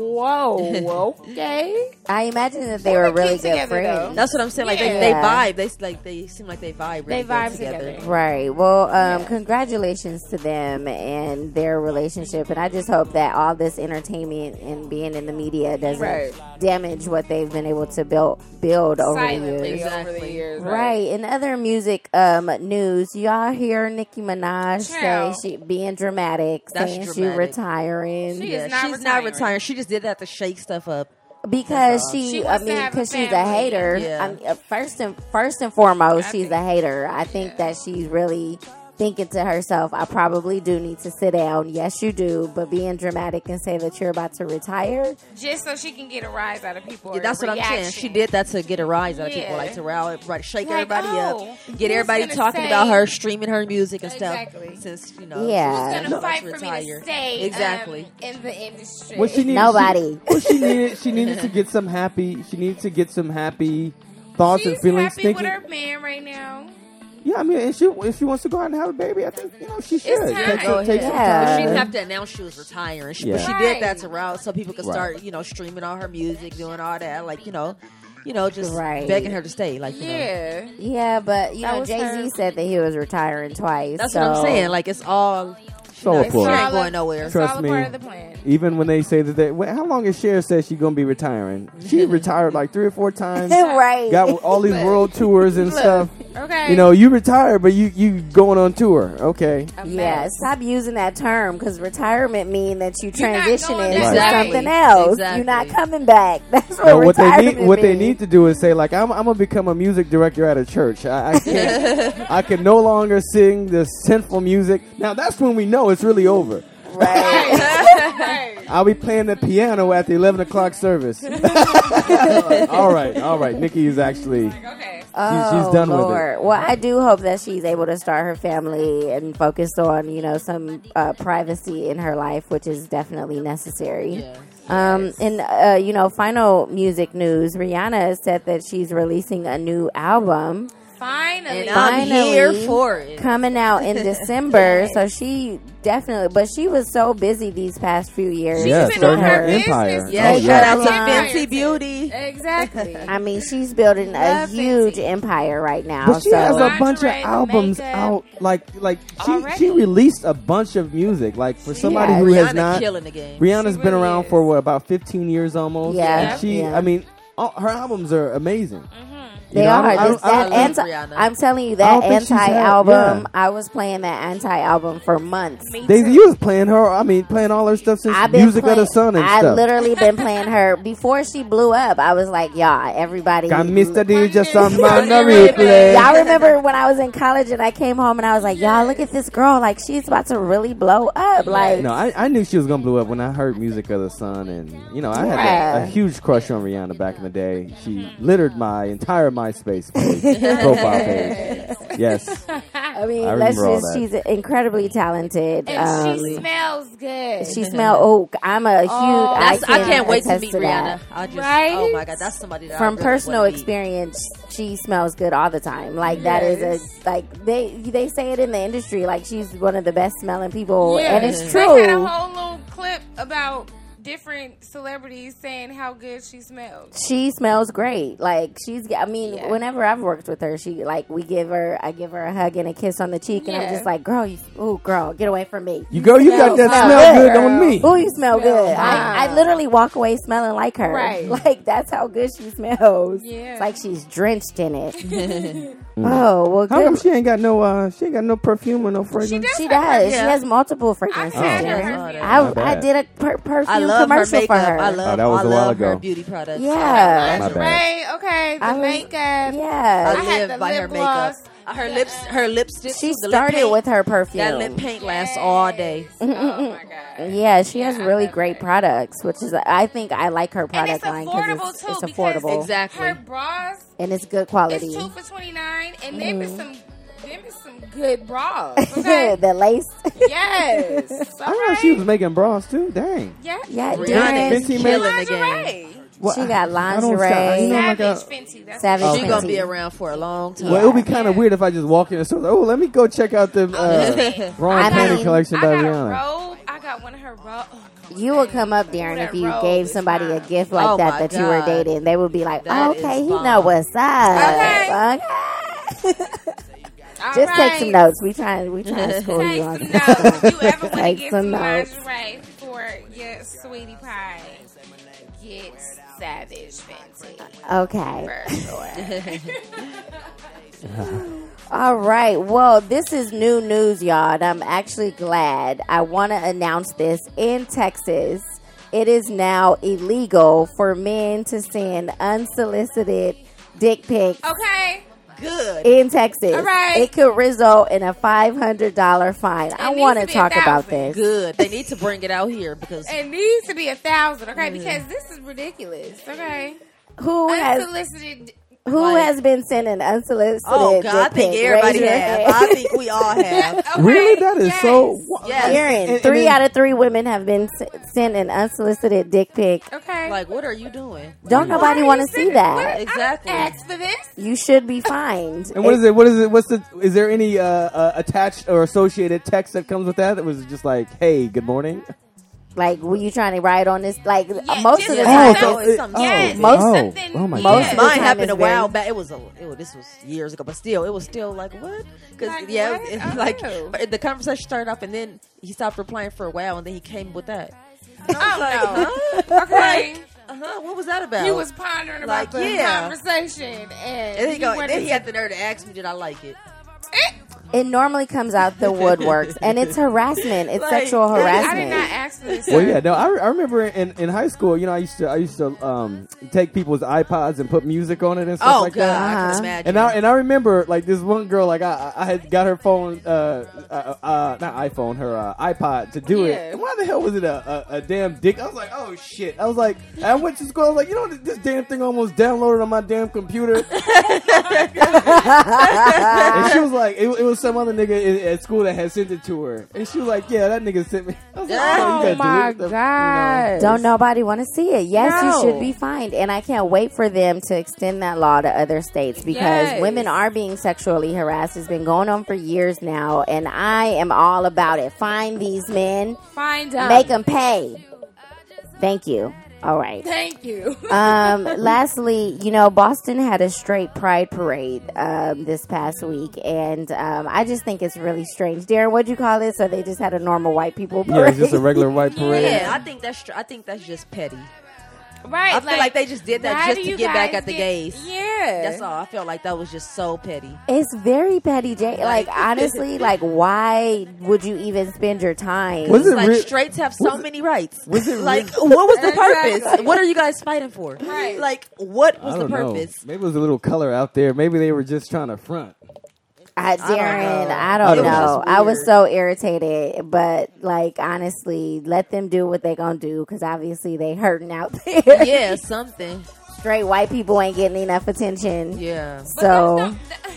S2: "Whoa, okay."
S1: I imagine that they
S2: They
S1: were
S2: were
S1: really
S2: cute
S1: good
S2: together, though.
S1: friends.
S6: That's what I'm saying. Like
S2: Yeah.
S6: they, they vibe. They s- like they seem like they vibe.
S2: They
S6: Really good
S2: vibe
S6: together.
S2: together.
S1: Right. Well, um, congratulations to them and their relationship. And I just hope that all this entertainment and being in the media doesn't
S2: Right.
S1: damage what they've been able to build build over the
S2: Silently
S1: years.
S2: over the
S6: Exactly.
S2: years,
S1: Right. In other music um, news, y'all hear Nicki Minaj
S2: Child.
S1: say she being dramatic,
S6: That's
S1: saying she
S6: dramatic.
S1: retiring.
S2: She
S6: Yeah,
S2: is not
S6: she's
S2: retiring.
S6: not retiring. She just did that to shake stuff up.
S1: because she,
S2: She
S1: I
S2: wants to
S1: mean,
S2: have a
S1: because she's a
S2: family.
S1: hater.
S6: Yeah.
S1: I mean, uh, first and first and foremost,
S2: I
S1: she's
S2: think-
S1: a hater. I think that she's really thinking to herself, "I probably do need to sit down." Yes, you do, but being dramatic and say that you're about to retire,
S2: Just so she can get a rise out of people.
S6: Yeah,
S2: or
S6: that's
S2: a
S6: what I'm saying.
S2: reaction.
S6: She did that to get a rise out of people,
S2: Yeah.
S6: like to row everybody, shake
S2: Like,
S6: everybody
S2: oh,
S6: up,
S2: who's
S6: get everybody
S2: gonna
S6: talking
S2: say-
S6: about her, streaming her music and
S2: Exactly.
S6: stuff. Since you know,
S1: Yeah.
S6: she's
S2: She's gonna
S6: about
S2: fight
S6: to
S2: for me
S6: retire.
S2: to stay um,
S6: Exactly.
S2: in the industry.
S3: What she needed,
S1: Nobody.
S3: She, what she needed. She needed to get some happy. She needed to get some happy thoughts
S2: She's
S3: and feelings.
S2: happy
S3: thinking,
S2: with her man right now.
S3: yeah, I mean, if she if she wants to go out and have a baby, I think you know she should
S2: time.
S3: take, some- take some
S1: Yeah.
S6: But
S3: time.
S6: she didn't have to announce she was retiring. She, but
S3: Yeah.
S6: she did
S2: Right.
S6: that to route so people could
S3: Right.
S6: start, you know, streaming all her music, doing all that, like you know, you know, just
S1: Right.
S6: begging her to stay. Like, you know.
S2: Yeah.
S1: yeah. But you
S2: That
S1: know,
S2: was
S1: Jay
S2: her-
S1: Z said that he was retiring twice.
S6: that's
S1: so.
S6: what I'm saying. Like, it's all
S3: So
S6: No,
S3: of
S6: it's
S3: course.
S6: She
S2: It's
S6: ain't
S2: all
S6: going
S2: a-
S6: nowhere.
S2: It's
S3: Trust
S2: all a
S3: me.
S2: part of the plan.
S3: Even when they say that they, wait, how long has Cher said she's gonna be retiring? She retired like three or four times.
S1: right.
S3: Got all these world tours and stuff.
S2: Okay.
S3: You know, you retired, but you you going on tour. Okay.
S2: A
S1: yeah,
S2: mess.
S1: stop using that term because retirement means that you
S2: You're not going
S1: transitioning
S2: there.
S1: to
S6: Exactly.
S1: something else. You're not
S6: Exactly.
S1: coming back. That's what
S3: No, what they
S1: retirement
S3: need, what they
S1: means.
S3: need to do is say like, I'm, I'm gonna become a music director at a church. I, I can't, I can no longer sing this sinful music. Now that's when we know it's really over.
S1: Right.
S2: Right.
S3: I'll be playing the piano at the 11 o'clock service. all right, all right. Nikki is actually
S2: Okay.
S3: She's- she's done with it.
S1: Oh, Well, I do hope that she's able to start her family and focus on you know some uh, privacy in her life, which is definitely necessary. Um, and uh, you know, final music news: Rihanna said that she's releasing a new album.
S2: Finally.
S6: And I'm
S1: Finally,
S6: here for it.
S1: Coming out in December, so she definitely. But she was so busy these past few years.
S2: She's
S3: Yeah,
S2: been on
S3: starting
S2: her
S3: her
S2: business.
S3: empire.
S6: Yeah,
S1: Oh,
S6: shout
S1: yeah.
S6: out to
S1: Line.
S6: Fenty Beauty.
S2: Exactly.
S1: I mean, she's building a
S2: Love
S1: huge
S2: Fenty.
S1: empire right now.
S3: But she
S1: so
S3: has a
S2: Lingerie,
S3: bunch of albums
S2: makeup.
S3: out. Like, like she,
S2: Already.
S3: she released a bunch of music. Like for somebody
S1: Yeah.
S3: who has
S6: Rihanna
S3: not,
S6: killing the game.
S3: Rihanna's
S2: She
S3: been
S2: really
S3: around
S2: is.
S3: for what about 15 years almost.
S1: Yeah.
S3: and she.
S1: Yeah.
S3: I mean, all, her albums are amazing. You
S1: They
S3: know,
S1: are.
S3: I don't- I
S1: Just
S3: don't- I
S1: that
S3: don't-
S6: love
S1: anti,
S6: Rihanna.
S1: I'm telling you,
S3: I don't
S1: that
S3: think she's had-
S1: anti album,
S3: yeah.
S1: I was playing that anti album for months.
S2: Me
S3: Daisy,
S2: too.
S3: you was playing her. I mean, playing all her stuff since
S1: I've been
S3: Music
S1: playing,
S3: of the Sun and
S1: I
S3: stuff.
S1: literally been playing her before she blew up. I was like, y'all, everybody.
S3: Got Mr. D just on my
S2: Right.
S3: replay.
S1: Y'all remember when I was in college and I came home and I was like, y'all, look at this girl. Like, she's about to really blow up. Like,
S3: No, I, I knew she was gonna blow up when I heard Music of the Sun, and you know I had a,
S1: Yeah.
S3: a huge crush on Rihanna back in the day. She littered my entire MySpace page, profile page. Yes,
S1: I mean,
S3: I
S1: let's
S3: remember all
S1: just,
S3: that.
S1: she's incredibly talented.
S2: And she
S1: Um,
S2: smells good.
S1: she smell oh I'm a huge
S2: Oh,
S1: I
S6: That's, I
S1: can
S6: can't, wait to
S1: attest
S6: meet
S1: to that.
S6: Rihanna. I just,
S2: Right?
S6: oh my god, that's somebody that I
S1: from
S6: really
S1: personal
S6: wanna meet.
S1: experience, she smells good all the time. Like that is a like they they say it in the industry. Like she's one of the best smelling people, and it's
S2: They had a
S1: true.
S2: whole little clip about different celebrities saying how good she smells.
S1: She smells great. Like she's. I mean,
S2: Yeah.
S1: whenever I've worked with her, she like we give her. I give her a hug and a kiss on the cheek, and
S2: Yeah.
S1: I'm just like, girl, you, ooh, girl, get away from me.
S3: you go. You got that
S1: Smell
S3: smell
S1: good,
S3: good on me.
S1: Ooh, you smell good. I, I literally walk away smelling like her.
S2: Right.
S1: Like that's how good she smells.
S2: Yeah.
S1: It's like she's drenched in it. oh well,
S3: How come
S1: good
S3: she ain't got no? Uh, she ain't got no perfume or no fragrance.
S2: does
S1: She
S2: have her-
S1: does.
S6: yeah.
S1: She has multiple
S2: I've
S1: fragrances.
S2: had
S3: Oh.
S2: her
S1: I,
S2: perfume.
S3: My
S1: I
S3: bad.
S1: did a per- perfume
S6: I love her
S1: commercial
S6: makeup.
S1: for her.
S6: I love,
S3: Oh, that was
S6: I
S3: a while
S6: love her
S3: ago.
S6: beauty products.
S1: yeah.
S3: My bad.
S2: Right? Okay. The
S1: I was-
S2: makeup.
S6: I,
S1: yeah.
S2: had
S6: live
S2: the
S6: by her
S2: lip
S6: makeup. Uh,
S2: gloss.
S6: Her lips, her lipstick.
S1: She
S6: the lip
S1: started
S6: paint.
S1: with her perfume.
S6: that lip paint lasts all day.
S2: Oh my god.
S1: Yeah, she has really great products, which is I think I like her
S2: And
S1: product
S2: it's
S1: line because
S2: affordable
S1: it's,
S2: too.
S1: it's
S2: because
S1: affordable
S6: Exactly.
S2: Her bras
S1: and it's good
S2: is
S1: quality.
S2: two for twenty nine, and them
S1: Mm-hmm.
S2: is some, them is some good bras. Okay.
S1: the lace,
S2: yes.
S3: I
S2: All
S3: thought
S2: right.
S3: she was making bras too. Dang.
S2: yeah.
S1: yeah,
S6: Rihanna
S1: Darren,
S6: is
S1: she
S3: Fenty
S6: killing the game.
S2: Lingerie.
S3: Well,
S1: got
S3: I don't stop.
S1: lingerie.
S3: You know, like
S2: Savage
S3: a-
S2: Fenty. That's
S1: Savage
S3: Oh.
S6: She gonna be
S1: Fenty.
S6: around for a long time.
S3: Well, it would be kind of weird if I just walked in and said, "Oh, let me go check out the uh, Ron
S1: I
S3: Panty
S1: mean,
S3: collection
S2: I
S3: by
S2: got
S3: Rihanna."
S2: a robe. I got one of her oh, robe.
S1: You would come up, Darren, if you
S2: That robe
S1: gave
S2: is
S1: somebody a
S2: fine.
S1: gift like
S6: Oh
S1: that
S6: my
S1: that you were
S6: God.
S1: dating. They would be like,
S6: That is
S1: okay, he
S6: fine.
S1: know what's up.
S2: Okay.
S1: Okay. Just take some notes. We trying we trying to school Oh, you
S2: Take
S1: on some
S2: some notes.
S1: stuff.
S2: You ever want to
S1: Take
S2: get
S1: some
S2: some
S1: notes.
S2: lingerie for your sweetie pie? Get Savage Fenty
S1: Okay.
S2: for sure.
S1: All right. Well, this is new news, y'all, and I'm actually glad. I want to announce this in Texas. It is now illegal for men to send unsolicited dick pics
S2: Okay.
S6: good.
S1: in Texas.
S2: Oh, All right.
S1: It could result in a five hundred dollar fine. I
S2: needs
S1: want to
S2: to be
S1: talk about
S2: 1,000.
S1: this.
S6: Good. They need to bring it out here because
S2: It needs to be a thousand, okay? Because this is ridiculous, okay?
S1: Mm. Who has
S2: Unsolicited.
S1: who
S6: like-
S1: has been sending unsolicited?
S6: oh god, I
S1: dick
S6: think
S1: pic? Raise
S6: everybody
S1: your
S6: has.
S1: hand.
S6: I think we all have.
S2: Okay,
S3: Really, that is
S2: yes.
S3: so. wha-
S6: Yes.
S1: Aaron,
S3: And-
S1: three
S3: and-
S1: out of three women have been s- sent an unsolicited dick pic.
S2: Okay.
S6: Like, what are you doing?
S1: Don't
S2: Why
S1: nobody
S2: do
S1: want
S2: you
S1: to see
S2: send-
S1: that.
S2: what?
S6: Exactly.
S2: I don't ask for this.
S1: You should be fined.
S3: And what is it? What is it? What's the? Is there any uh, uh, attached or associated text that comes with that? That was just like, "Hey, good morning."
S1: Like, were you trying to ride on this? Like,
S2: Yeah,
S1: Uh, most
S2: just
S1: of the
S2: a
S1: time,
S6: Oh, so it-
S2: something. yes,
S3: oh,
S1: Most-
S2: something.
S3: oh my
S2: yeah.
S1: Most-
S6: Mine
S1: time
S6: happened a
S1: is very-
S6: while back. It was a. It, was- this was years ago, but still, it was still like what? Because
S2: Like,
S6: yeah,
S2: what?
S6: it-
S2: Oh,
S6: like
S2: no.
S6: but the conversation started off, and then he stopped replying for a while, and then he came with that.
S2: Oh
S6: Huh?
S2: no. Okay.
S6: Uh huh. What was that about?
S2: You was pondering about
S6: Like,
S2: the
S6: yeah.
S2: conversation, and,
S6: And then he,
S2: you
S6: go,
S2: wanted
S6: then he
S2: to-
S6: had the nerve to ask me, did I like it?
S2: Eh,
S1: it normally comes out the woodworks, and it's harassment. It's
S6: Like,
S1: sexual
S6: I
S2: I
S6: did
S2: did not
S1: harassment.
S2: ask for this.
S3: Well, yeah, no, I, I remember in, in high school, you know, I used to I used to um, take people's iPods and put music on it and stuff
S6: oh,
S3: like
S6: God.
S3: that.
S6: I
S1: Uh-huh.
S6: can imagine.
S3: And I and I remember like this one girl, like I I had got her phone, uh, uh, uh not iPhone, her uh, iPod to do it.
S2: Yeah.
S3: And why the hell was it a, a, a damn dick? I was like, oh shit! I was like, I went to school. I was like, you know, this damn thing almost downloaded on my damn computer. and she was like, it, it was some other nigga i- at school that had sent it to her, and she was like, "Yeah, that nigga sent me." I was like,
S2: Oh,
S3: you gotta do
S2: my
S3: it." The- you know.
S2: god!
S1: Don't nobody want to see it. Yes,
S2: No.
S1: you should be fined. And I can't wait for them to extend that law to other states because
S2: Yes.
S1: women are being sexually harassed. It's been going on for years now. And I am all about it. Find these men,
S2: Find
S6: Um,
S2: out.
S1: make them pay. Thank you. All right.
S2: Thank you.
S1: um, lastly, you know, Boston had a straight pride parade um, this past week, and um, I just think it's really strange. Darren, what'd you call it? So they just had a normal white people
S3: Yeah,
S1: parade.
S3: it's just a regular white parade.
S6: Yeah, I think that's tr- I think that's just petty.
S2: right.
S6: I feel like they just did that
S2: why
S6: just
S2: do
S6: to
S2: you
S6: get back
S2: guys
S6: at the
S2: get-
S6: gays.
S2: Yeah.
S6: That's all. I felt like that was just so petty.
S1: it's very petty, Jay. Like, honestly, like, why would you even spend your time?
S3: Was it
S6: Like
S3: re-
S6: straights have so many rights.
S3: was it
S6: like what was the purpose?
S2: Exactly.
S6: What are you guys fighting for?
S2: Right.
S6: Like what was
S3: I
S6: the
S3: don't know.
S6: purpose?
S3: Maybe it was a little color out there. Maybe they were just trying to front.
S1: I, Uh, Darren,
S6: know.
S1: I don't,
S3: It was
S1: know.
S6: just
S1: I was
S6: weird.
S1: so irritated, but like honestly, let them do what they gonna do because obviously they hurting out there.
S6: Yeah, something.
S1: Straight white people ain't getting enough attention.
S6: Yeah,
S2: But that's
S1: So
S2: dumb. That-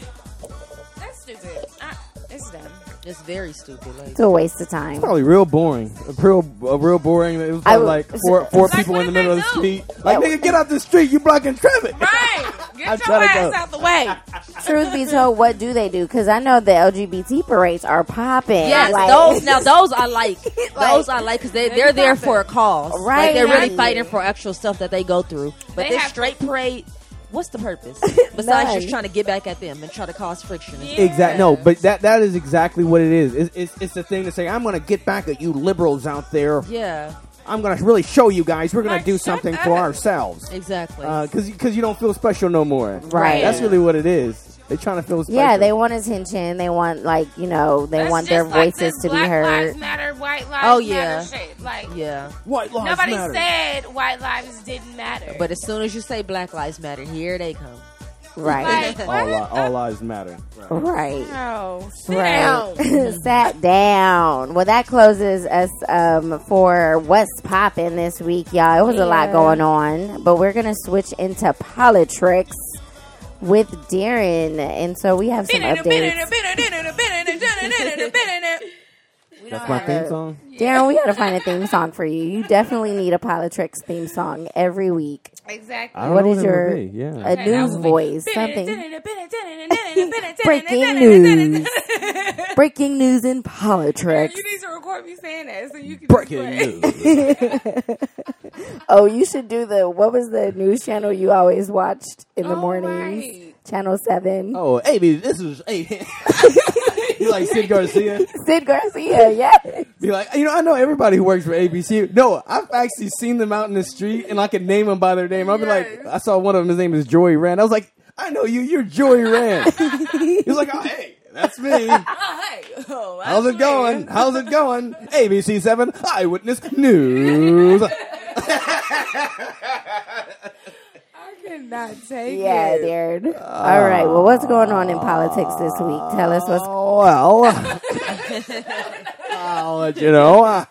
S2: that's stupid. I, it's dumb.
S6: it's very stupid. Like
S1: it's a waste of time.
S3: Probably real boring. A real, a real boring. It was
S1: I
S3: probably
S1: would-
S3: like four, four
S2: Like,
S3: people
S2: what
S3: in the
S2: did
S3: middle of the
S2: they do?
S3: street. Like, nigga, get out the street. You blocking traffic.
S2: Right. Get
S3: I'm
S2: your
S3: trying to
S2: ass
S3: go.
S2: out the way.
S1: truth be told, what do they do? Because I know the LGBT parades are popping.
S6: yes,
S1: Like,
S6: those now those I like. those I like because they they're there for a cause.
S1: Right,
S6: Like they're
S1: exactly.
S6: really fighting for actual stuff that they go through. But
S2: They
S6: this
S2: have-
S6: straight parade, what's the purpose? Besides
S1: None.
S6: just trying to get back at them and try to cause friction. and stuff.
S3: Exactly. No, but that that is exactly what it is. It's, it's, it's the thing to say. I'm gonna get back at you liberals out there.
S6: Yeah,
S3: I'm gonna really show you guys. We're gonna
S2: Like,
S3: do
S2: shut
S3: something for
S2: up.
S3: ourselves.
S6: exactly.
S3: Because because you don't feel special no more.
S1: Right.
S3: That's really what it is. They're trying to feel special.
S1: Yeah, they want attention. They want like you know they
S2: That's
S1: want their
S2: just like
S1: voices
S2: this
S1: to be
S2: Black
S1: heard.
S2: Lives matter, white lives
S6: Oh, yeah.
S2: matter shit. Like
S6: yeah,
S3: white lives
S2: nobody
S3: matter.
S2: said white lives didn't matter.
S6: but as soon as you say Black Lives Matter, here they come.
S1: Right.
S2: like
S3: all,
S2: what?
S3: li- all lives matter.
S1: Right.
S2: no. Sit down.
S1: Right. Sat down. Well, that closes us um, for what's popping this week, y'all. It was a lot going on, but we're gonna switch into politics with Darren, and so we have some updates.
S3: That's my theme song.
S1: Darren, we gotta find a theme song for you. You definitely need a Politrix theme song every week.
S2: Exactly.
S3: I don't
S1: What
S3: know
S1: is
S3: what it
S1: your
S3: would be, yeah.
S1: a
S2: Okay, that
S1: news
S2: was me.
S1: voice? Something breaking
S2: Breaking
S1: news, breaking news in politics.
S2: You need to record me saying that so you can
S3: Breaking
S2: display it.
S3: news.
S1: Oh, you should do the what was the news channel you always watched in the
S2: Oh,
S1: mornings?
S2: right.
S1: Channel Seven.
S3: Oh, Amy, this is Amy. you like Sid Garcia?
S1: Sid Garcia. Yeah,
S3: Be like, you know, I know everybody who works for ABC. No, I've actually seen them out in the street, and I can name them by their name. I'll be like, I saw one of them. His name is Joey Rand. I was like, I know you. You're Joey Rand. He's like, oh, hey, that's me.
S2: Oh, hey. Oh, I
S3: How's it
S2: swear.
S3: going? How's it going? ABC Seven Eyewitness News.
S2: I cannot take
S1: yeah,
S2: it.
S1: dude. All right. Well, what's going on in politics this week? Tell us what's.
S3: Oh well. I'll let you know. Uh,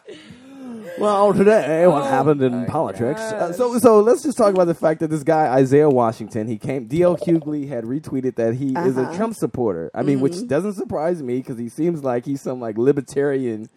S3: well, today what happened in politics? Uh, so, so let's just talk about the fact that this guy Isaiah Washington, he came. DL Hughley had retweeted that he is a Trump supporter. I mean, which doesn't surprise me because he seems like he's some like libertarian.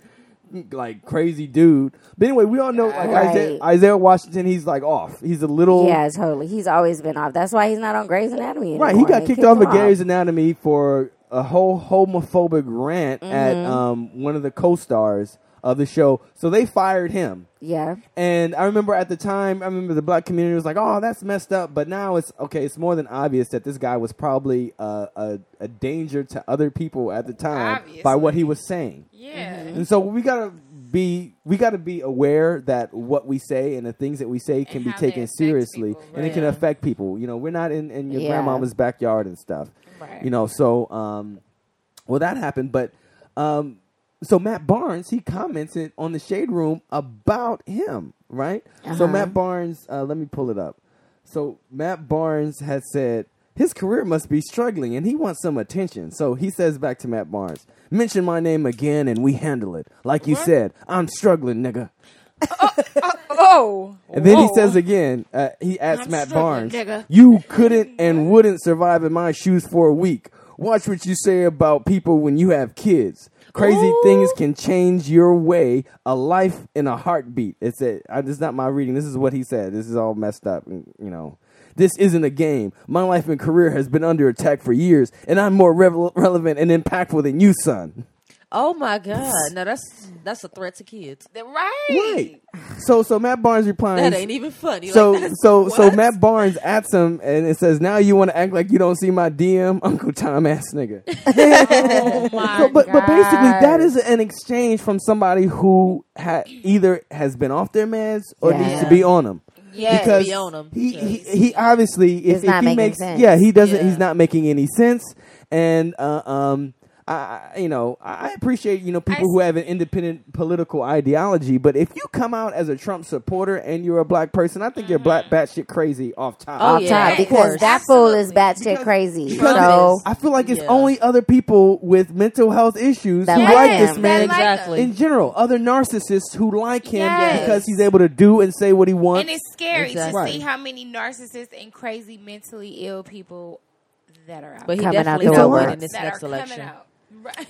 S3: Like crazy dude, but anyway, we all know like Isaiah,
S1: Right.
S3: Isaiah Washington. He's like off. He's a little
S1: Yeah, totally. He's always been off. That's why he's not on Grey's Anatomy. Anymore.
S3: Right, he got
S1: They
S3: kicked off
S1: him
S3: of Gary's Anatomy for a whole homophobic rant at um, one of the co-stars of the show. So they fired him.
S1: Yeah.
S3: And I remember at the time, I remember the black community was like, "Oh, that's messed up." But now it's okay. It's more than obvious that this guy was probably uh, a a danger to other people at the time by what he was saying.
S2: Yeah.
S3: And so we gotta be we gotta be aware that what we say and the things that we say can be
S2: how they
S3: taken
S2: affect
S3: seriously
S2: people,
S3: and it can affect people. You know, we're not in, in your
S1: Yeah.
S3: grandmama's backyard and stuff.
S2: Right.
S3: You know, so um well that happened, but um so Matt Barnes he commented on the shade room about him, right? So Matt Barnes, uh, let me pull it up. So Matt Barnes had said his career must be struggling and he wants some attention. So he says back to Matt Barnes, "Mention my name again and we handle it. Like you said, I'm struggling, nigga."
S2: Oh.
S3: And then he
S2: Whoa.
S3: says again, uh, he asks
S2: I'm
S3: Matt
S2: struggling,
S3: Barnes,
S2: nigga.
S3: "You couldn't and wouldn't survive in my shoes for a week. Watch what you say about people when you have kids. Crazy things can change your way. A life in a heartbeat. It's a, I, this is not my reading. This is what he said. This is all messed up. And, you know, this isn't a game. My life and career has been under attack for years, and I'm more revel relevant and impactful than you, son.
S6: Oh my god! No, that's that's a threat to kids.
S2: The- Right.
S3: Right. So, so Matt Barnes replies.
S6: That ain't even funny. like,
S3: so
S6: that's-
S3: so so
S6: what?
S3: Matt Barnes at him and it says now you want to act like you don't see my DM Uncle Tom ass nigga.
S6: Oh
S3: So, but but basically that is an exchange from somebody who ha- either has been off their meds or
S1: Yeah.
S3: needs to be on them.
S2: Yeah.
S3: because
S6: Be on 'em,
S3: He,
S6: because-
S3: he he obviously if,
S1: It's not
S3: if
S1: making
S3: he makes
S1: sense.
S3: yeah he doesn't he's
S6: Yeah.
S3: not making any sense and uh, um I I- you know I I appreciate you know people
S2: I
S3: who have an independent political ideology but if you come out as a Trump supporter and you're a black person I think you're black batshit crazy off top
S6: Oh,
S1: off
S6: yeah,
S1: top
S6: of
S1: because
S6: course.
S1: that fool is
S2: Absolutely.
S1: batshit crazy.
S3: Because
S1: So
S3: I feel like it's
S6: Yeah.
S3: only other people with mental health issues
S1: That
S3: who
S1: like
S3: like this
S1: him.
S3: man
S2: That like
S6: Exactly.
S3: in general. Other narcissists who like him
S2: Yes.
S3: because he's able to do and say what he
S2: And
S3: wants.
S2: it's scary to
S6: Exactly.
S2: see how many narcissists and crazy mentally ill people that are out
S6: But he
S1: Coming out
S6: definitely
S1: the
S6: won't
S1: woodwork.
S6: win in this
S2: that
S6: next
S2: are
S6: election.
S2: coming out. Right.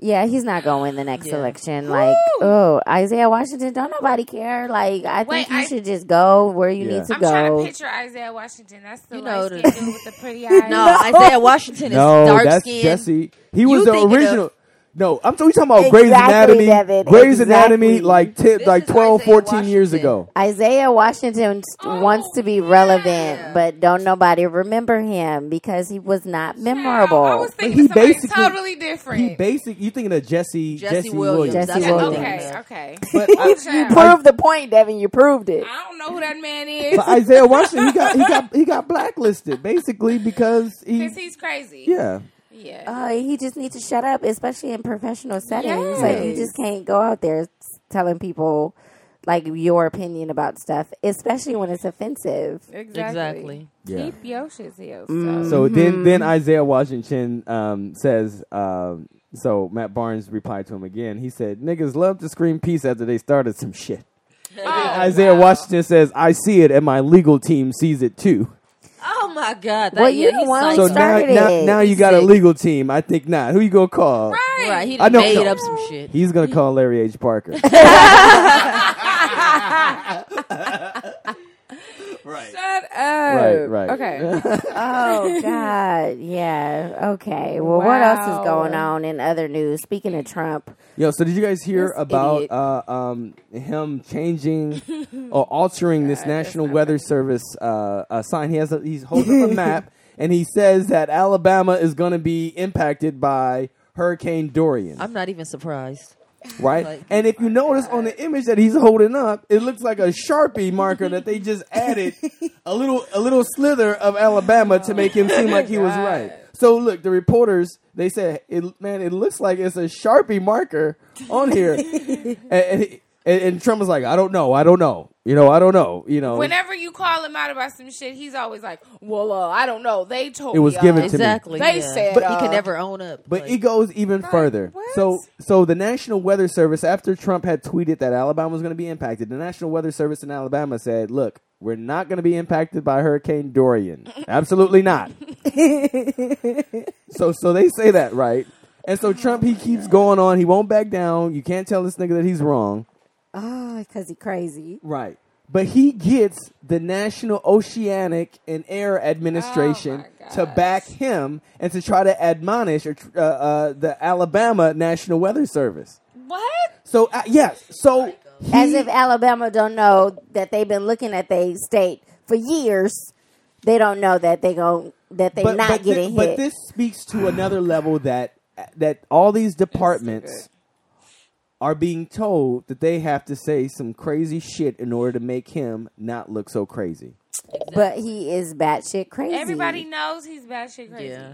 S1: yeah, he's not going the next
S6: Yeah.
S1: election. Like, oh, Isaiah Washington, don't nobody care. Like, I think
S2: Wait,
S1: you
S2: I-
S1: should just go where you
S8: Yeah.
S1: need to
S2: I'm trying to
S1: go.
S2: picture Isaiah Washington. That's the
S6: You
S2: you
S6: know
S2: light
S6: the-
S2: skinned dude with the pretty eyes.
S6: No, Isaiah Washington is dark
S3: that's
S6: skinned.
S3: Jesse. He was the
S6: thinking of-
S3: original. no, I'm talking talking about Grey's
S1: Exactly,
S3: Anatomy.
S1: Devin,
S3: Grey's
S1: exactly.
S3: Anatomy, like tip,
S6: This
S3: like
S6: is
S3: 12,
S6: Isaiah
S3: 14 years
S6: Washington.
S3: ago.
S1: Isaiah Washington s- wants to
S2: Oh,
S1: be relevant, but don't nobody remember him because he was not memorable.
S2: I was
S3: he
S2: thinking somebody
S3: basically-
S2: totally different.
S3: He basic. You thinking of Jesse?
S6: Jesse
S3: Jesse Williams.
S6: Williams.
S1: Jesse
S6: That's
S1: Williams.
S6: what I'm thinking
S2: Okay, okay.
S6: of.
S3: But I,
S1: you
S2: Child.
S1: proved the point, Devin. You proved it.
S2: I don't know who that man is
S3: but Isaiah Washington, he got he got he got blacklisted basically because he.
S2: because he's crazy.
S3: yeah.
S2: Yeah.
S1: Uh, he just needs to shut up, especially in professional settings. Like you
S6: Yes.
S1: just can't go out there s- telling people like your opinion about stuff, especially when it's offensive.
S6: Exactly.
S3: Yeah. Mm.
S2: Keep your shit to yourself.
S3: So then, then Isaiah Washington um, says. Um, so Matt Barnes replied to him again. He said, "Niggas love to scream peace after they started some shit."
S6: Oh,
S3: Isaiah Washington says, "I see it, and my legal team sees it too."
S6: Oh my god! That,
S1: Well, you
S6: yeah,
S1: the
S6: he's
S1: one who
S3: So
S6: psycho.
S3: now,
S1: started
S3: now,
S1: it.
S3: now you
S6: He's
S3: got a
S6: sick.
S3: legal team. I think not. Who you gonna call?
S6: right? He
S3: I
S6: done
S3: know-
S6: made
S3: no.
S6: up some shit.
S3: He's gonna call Larry H. Parker.
S2: Shut up.
S3: Right, right.
S2: Oh, Okay.
S1: Oh God, yeah. Okay. Well, what else is
S2: Wow.
S1: going on in other news? Speaking of Trump,
S3: Yo, so did you guys hear
S6: This
S3: about
S6: idiot.
S3: uh, um, him changing or altering this National Weather Service uh, uh, sign? He has a, he's holding up a map and he says that Alabama is going to be impacted by Hurricane Dorian,
S6: I'm not even surprised.
S3: right?
S6: like-
S3: and if you notice on the image that he's holding up, it looks like a Sharpie marker that they just added a little a little slither of Alabama to make him seem like he was right. So look, the reporters they said, it, "Man, it looks like it's a Sharpie marker on here," and, and, he- and, and Trump was like, "I don't know, I don't know, you know, I don't know, you know."
S2: Whenever you call him out about some shit, he's always like, "Well, uh, I don't know. They told
S3: It was
S2: me, uh,
S3: given to
S6: Exactly.
S2: They
S6: yeah.
S2: said,
S6: but he
S2: uh,
S6: can never own up.
S3: But
S6: like,
S3: it goes even further.
S2: what?
S3: So, so the National Weather Service, after Trump had tweeted that Alabama was going to be impacted, the National Weather Service in Alabama said, "Look, we're not going to be impacted by Hurricane Dorian. Absolutely not." so, so they say that right, and so Trump he keeps going on. He won't back down. You can't tell this nigga that he's wrong.
S1: oh, because he crazy.
S3: Right. But he gets the National Oceanic and Air Administration
S2: Oh my
S3: to
S2: gosh.
S3: back him and to try to admonish or, tr- uh, uh, the Alabama National Weather Service.
S2: "What?
S3: So uh, yes,
S2: Oh
S3: so he-
S1: As if Alabama don't know that they've been looking at their state for years. They don't know that they gon' that they not
S3: but, thi-
S1: getting
S3: but
S1: hit.
S3: this speaks to another level that that all these departments are being told that they have to say some crazy shit in order to make him not look so crazy.
S1: but he is batshit crazy.
S2: Everybody knows he's batshit crazy.
S6: yeah,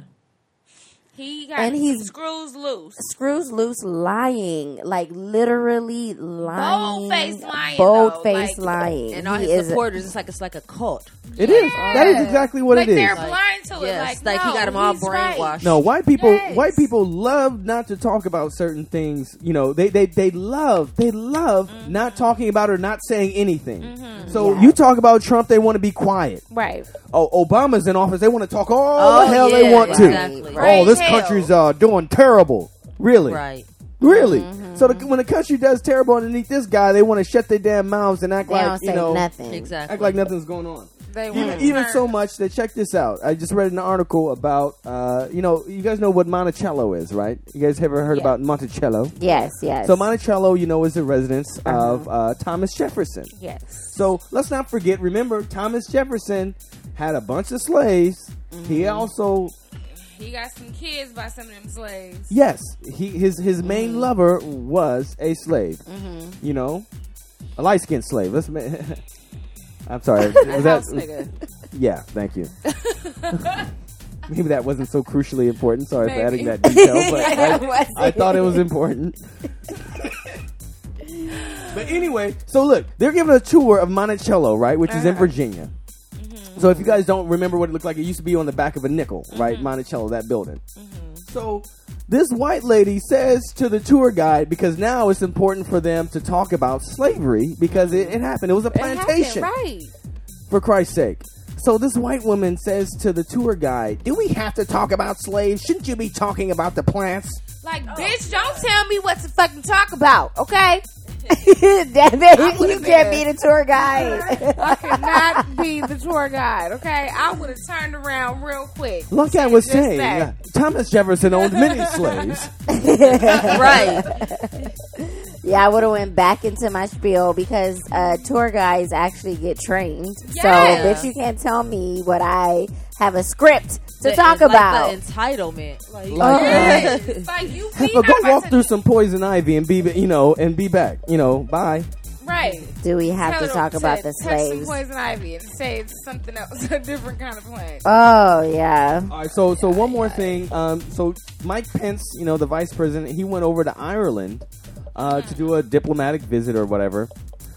S2: He got
S1: And he's-
S2: screws loose.
S1: screws loose lying, like literally lying,
S2: Bold-faced lying, though,
S1: bold face
S2: like-
S1: lying.
S6: and all
S1: He
S6: his
S1: is-
S6: supporters, it's like it's like a cult.
S3: It is. That is exactly what
S2: like
S3: it
S2: they're
S3: is.
S2: blind to
S6: Yes,
S2: it.
S6: like,
S2: Like,
S6: he
S2: no,
S6: got them all
S2: he's right.
S6: brainwashed.
S3: No, white people
S1: Yes.
S3: white people love not to talk about certain things. You know, they they, they love they love not talking about or not saying anything. So you talk about Trump, they want to be quiet.
S2: Right.
S3: Oh, Obama's in office, they want to talk all
S6: Oh,
S3: the hell
S6: yeah,
S3: they want
S6: exactly.
S3: to.
S2: Right,
S3: Oh, this
S2: hell.
S3: country's uh, doing terrible. Really,
S6: Right.
S3: really. So the, when the country does terrible underneath this guy, they want to shut their damn mouths and act
S1: They
S3: like
S1: don't
S3: you
S1: say
S3: know
S1: nothing.
S6: Exactly.
S3: act like nothing's going on.
S2: They
S3: Even,
S2: want
S3: even so much that check this out. I just read an article about uh, you know you guys know what Monticello is, right? You guys ever heard about Monticello?
S1: Yes, yes.
S3: So Monticello, you know, is the residence of uh, Thomas Jefferson.
S2: Uh-huh. Yes.
S3: So let's not forget. Remember, Thomas Jefferson had a bunch of slaves. He
S2: Mm-hmm.
S3: also
S2: He got some kids by some of them slaves.
S3: yes, he his his main
S2: Mm-hmm.
S3: lover was a slave. You know, a light skinned slave. Let's. Ma- I'm sorry. was
S2: House
S3: that-
S2: nigga.
S3: Yeah, thank you. Maybe that wasn't so crucially important. Sorry for adding
S2: Maybe.
S3: that detail, but I-
S1: What's
S3: I
S1: it?
S3: thought it was important. but anyway, so look, they're giving a tour of Monticello, right, which is in Virginia. So if you guys don't remember what it looked like, it used to be on the back of a nickel, right, Monticello, that building. So this white lady says to the tour guide because now it's important for them to talk about slavery because it, it happened. It was a plantation
S2: Right.
S3: for Christ's sake. So this white woman says to the tour guide, "Do we have to talk about slaves? Shouldn't you be talking about the plants?"
S2: Like,
S3: Oh,
S2: bitch, don't tell me what to fucking talk about, okay?
S1: Damn it, you can't be the tour guide.
S2: I could not be the tour guide, okay? I would have turned around real quick.
S3: Lunkan was
S2: Just
S3: saying
S2: that.
S3: uh, Thomas Jefferson owned many slaves.
S6: right.
S1: yeah, I would have went back into my spiel because uh, tour guides actually get trained.
S2: Yeah.
S1: So, bitch, you can't tell me what I have a script to
S6: That-
S1: talk
S6: like
S1: about.
S6: the entitlement. Like,
S3: Like, uh,
S2: Yes. Like, you be
S3: but go
S2: not about
S3: walk
S2: to-
S3: through some poison ivy and be, ba- you know, and be back. You know, bye.
S2: Right.
S1: Do we have
S2: Tell
S1: to
S2: her
S1: talk about
S2: touch
S1: the
S2: some
S1: slaves?
S2: poison ivy and say it's something else, a different kind of plant.
S1: Oh, yeah.
S3: All right. So, so one more thing. Um, so Mike Pence, you know, the vice president, he went over to Ireland uh, to do a diplomatic visit or whatever.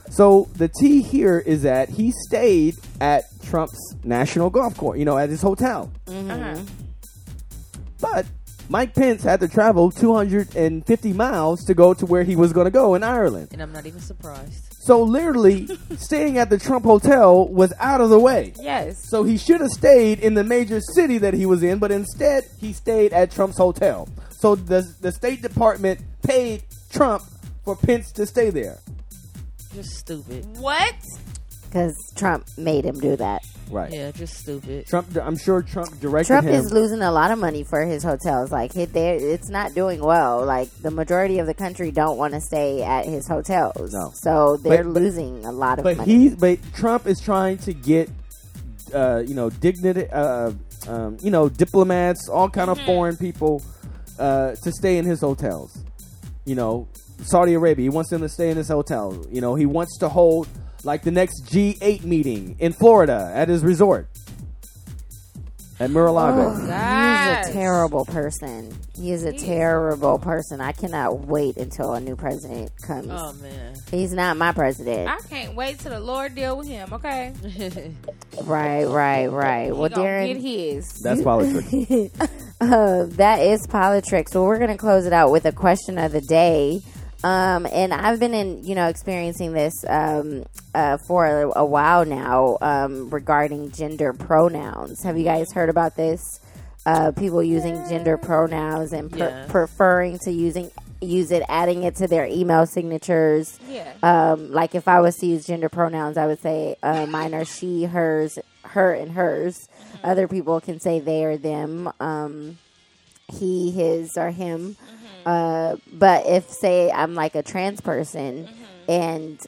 S3: So the T here is that he stayed at Trump's national golf course, you know, at his hotel.
S2: Uh-huh.
S3: But Mike Pence had to travel 250 miles to go to where he was going to go in Ireland.
S6: and I'm not even surprised.
S3: So literally, staying at the Trump Hotel was out of the way.
S2: Yes.
S3: So he should have stayed in the major city that he was in, but instead he stayed at Trump's hotel. So the the State Department paid Trump for Pence to stay there.
S6: Just stupid.
S2: What?
S1: Because Trump made him do that.
S3: Right.
S6: Yeah, just stupid.
S3: Trump. I'm sure Trump directed
S1: Trump
S3: him.
S1: is losing a lot of money for his hotels. Like, it, there, it's not doing well. Like, the majority of the country don't want to stay at his hotels.
S3: No.
S1: So they're
S3: But- but-
S1: losing a lot of
S3: but
S1: money.
S3: he. But Trump is trying to get, uh, you know, dignity. Uh, um, you know, diplomats, all kind
S6: Mm-hmm.
S3: of foreign people, uh, to stay in his hotels. you know, Saudi Arabia. He wants them to stay in his hotel. You know, he wants to hold like the next G8 meeting in Florida at his resort at
S6: Oh,
S3: Mar-a-Lago.
S1: He's a terrible person. He is a terrible person. I cannot wait until a new president comes.
S6: Oh man.
S1: He's not my president.
S2: I can't wait till the Lord deal with him, okay?
S1: right, right, right. Well,
S2: he gonna get
S1: Darren,
S2: his.
S3: That's politics.
S1: uh, that is politics. Well, we're going to close it out with a question of the day. Um, and I've been in, you know, experiencing this um, uh, for a, a while now um, regarding gender pronouns. Have you guys heard about this? Uh, people using gender pronouns and pre-
S6: Yeah.
S1: preferring to using use it, adding it to their email signatures.
S2: Yeah.
S1: um, like if I was to use gender pronouns, I would say uh, mine are she, hers, her, and hers.
S2: Mm-hmm.
S1: Other people can say they or them, um, he, his, or him.
S2: Mm-hmm.
S1: Uh, but if say I'm like a trans person
S2: Mm-hmm.
S1: and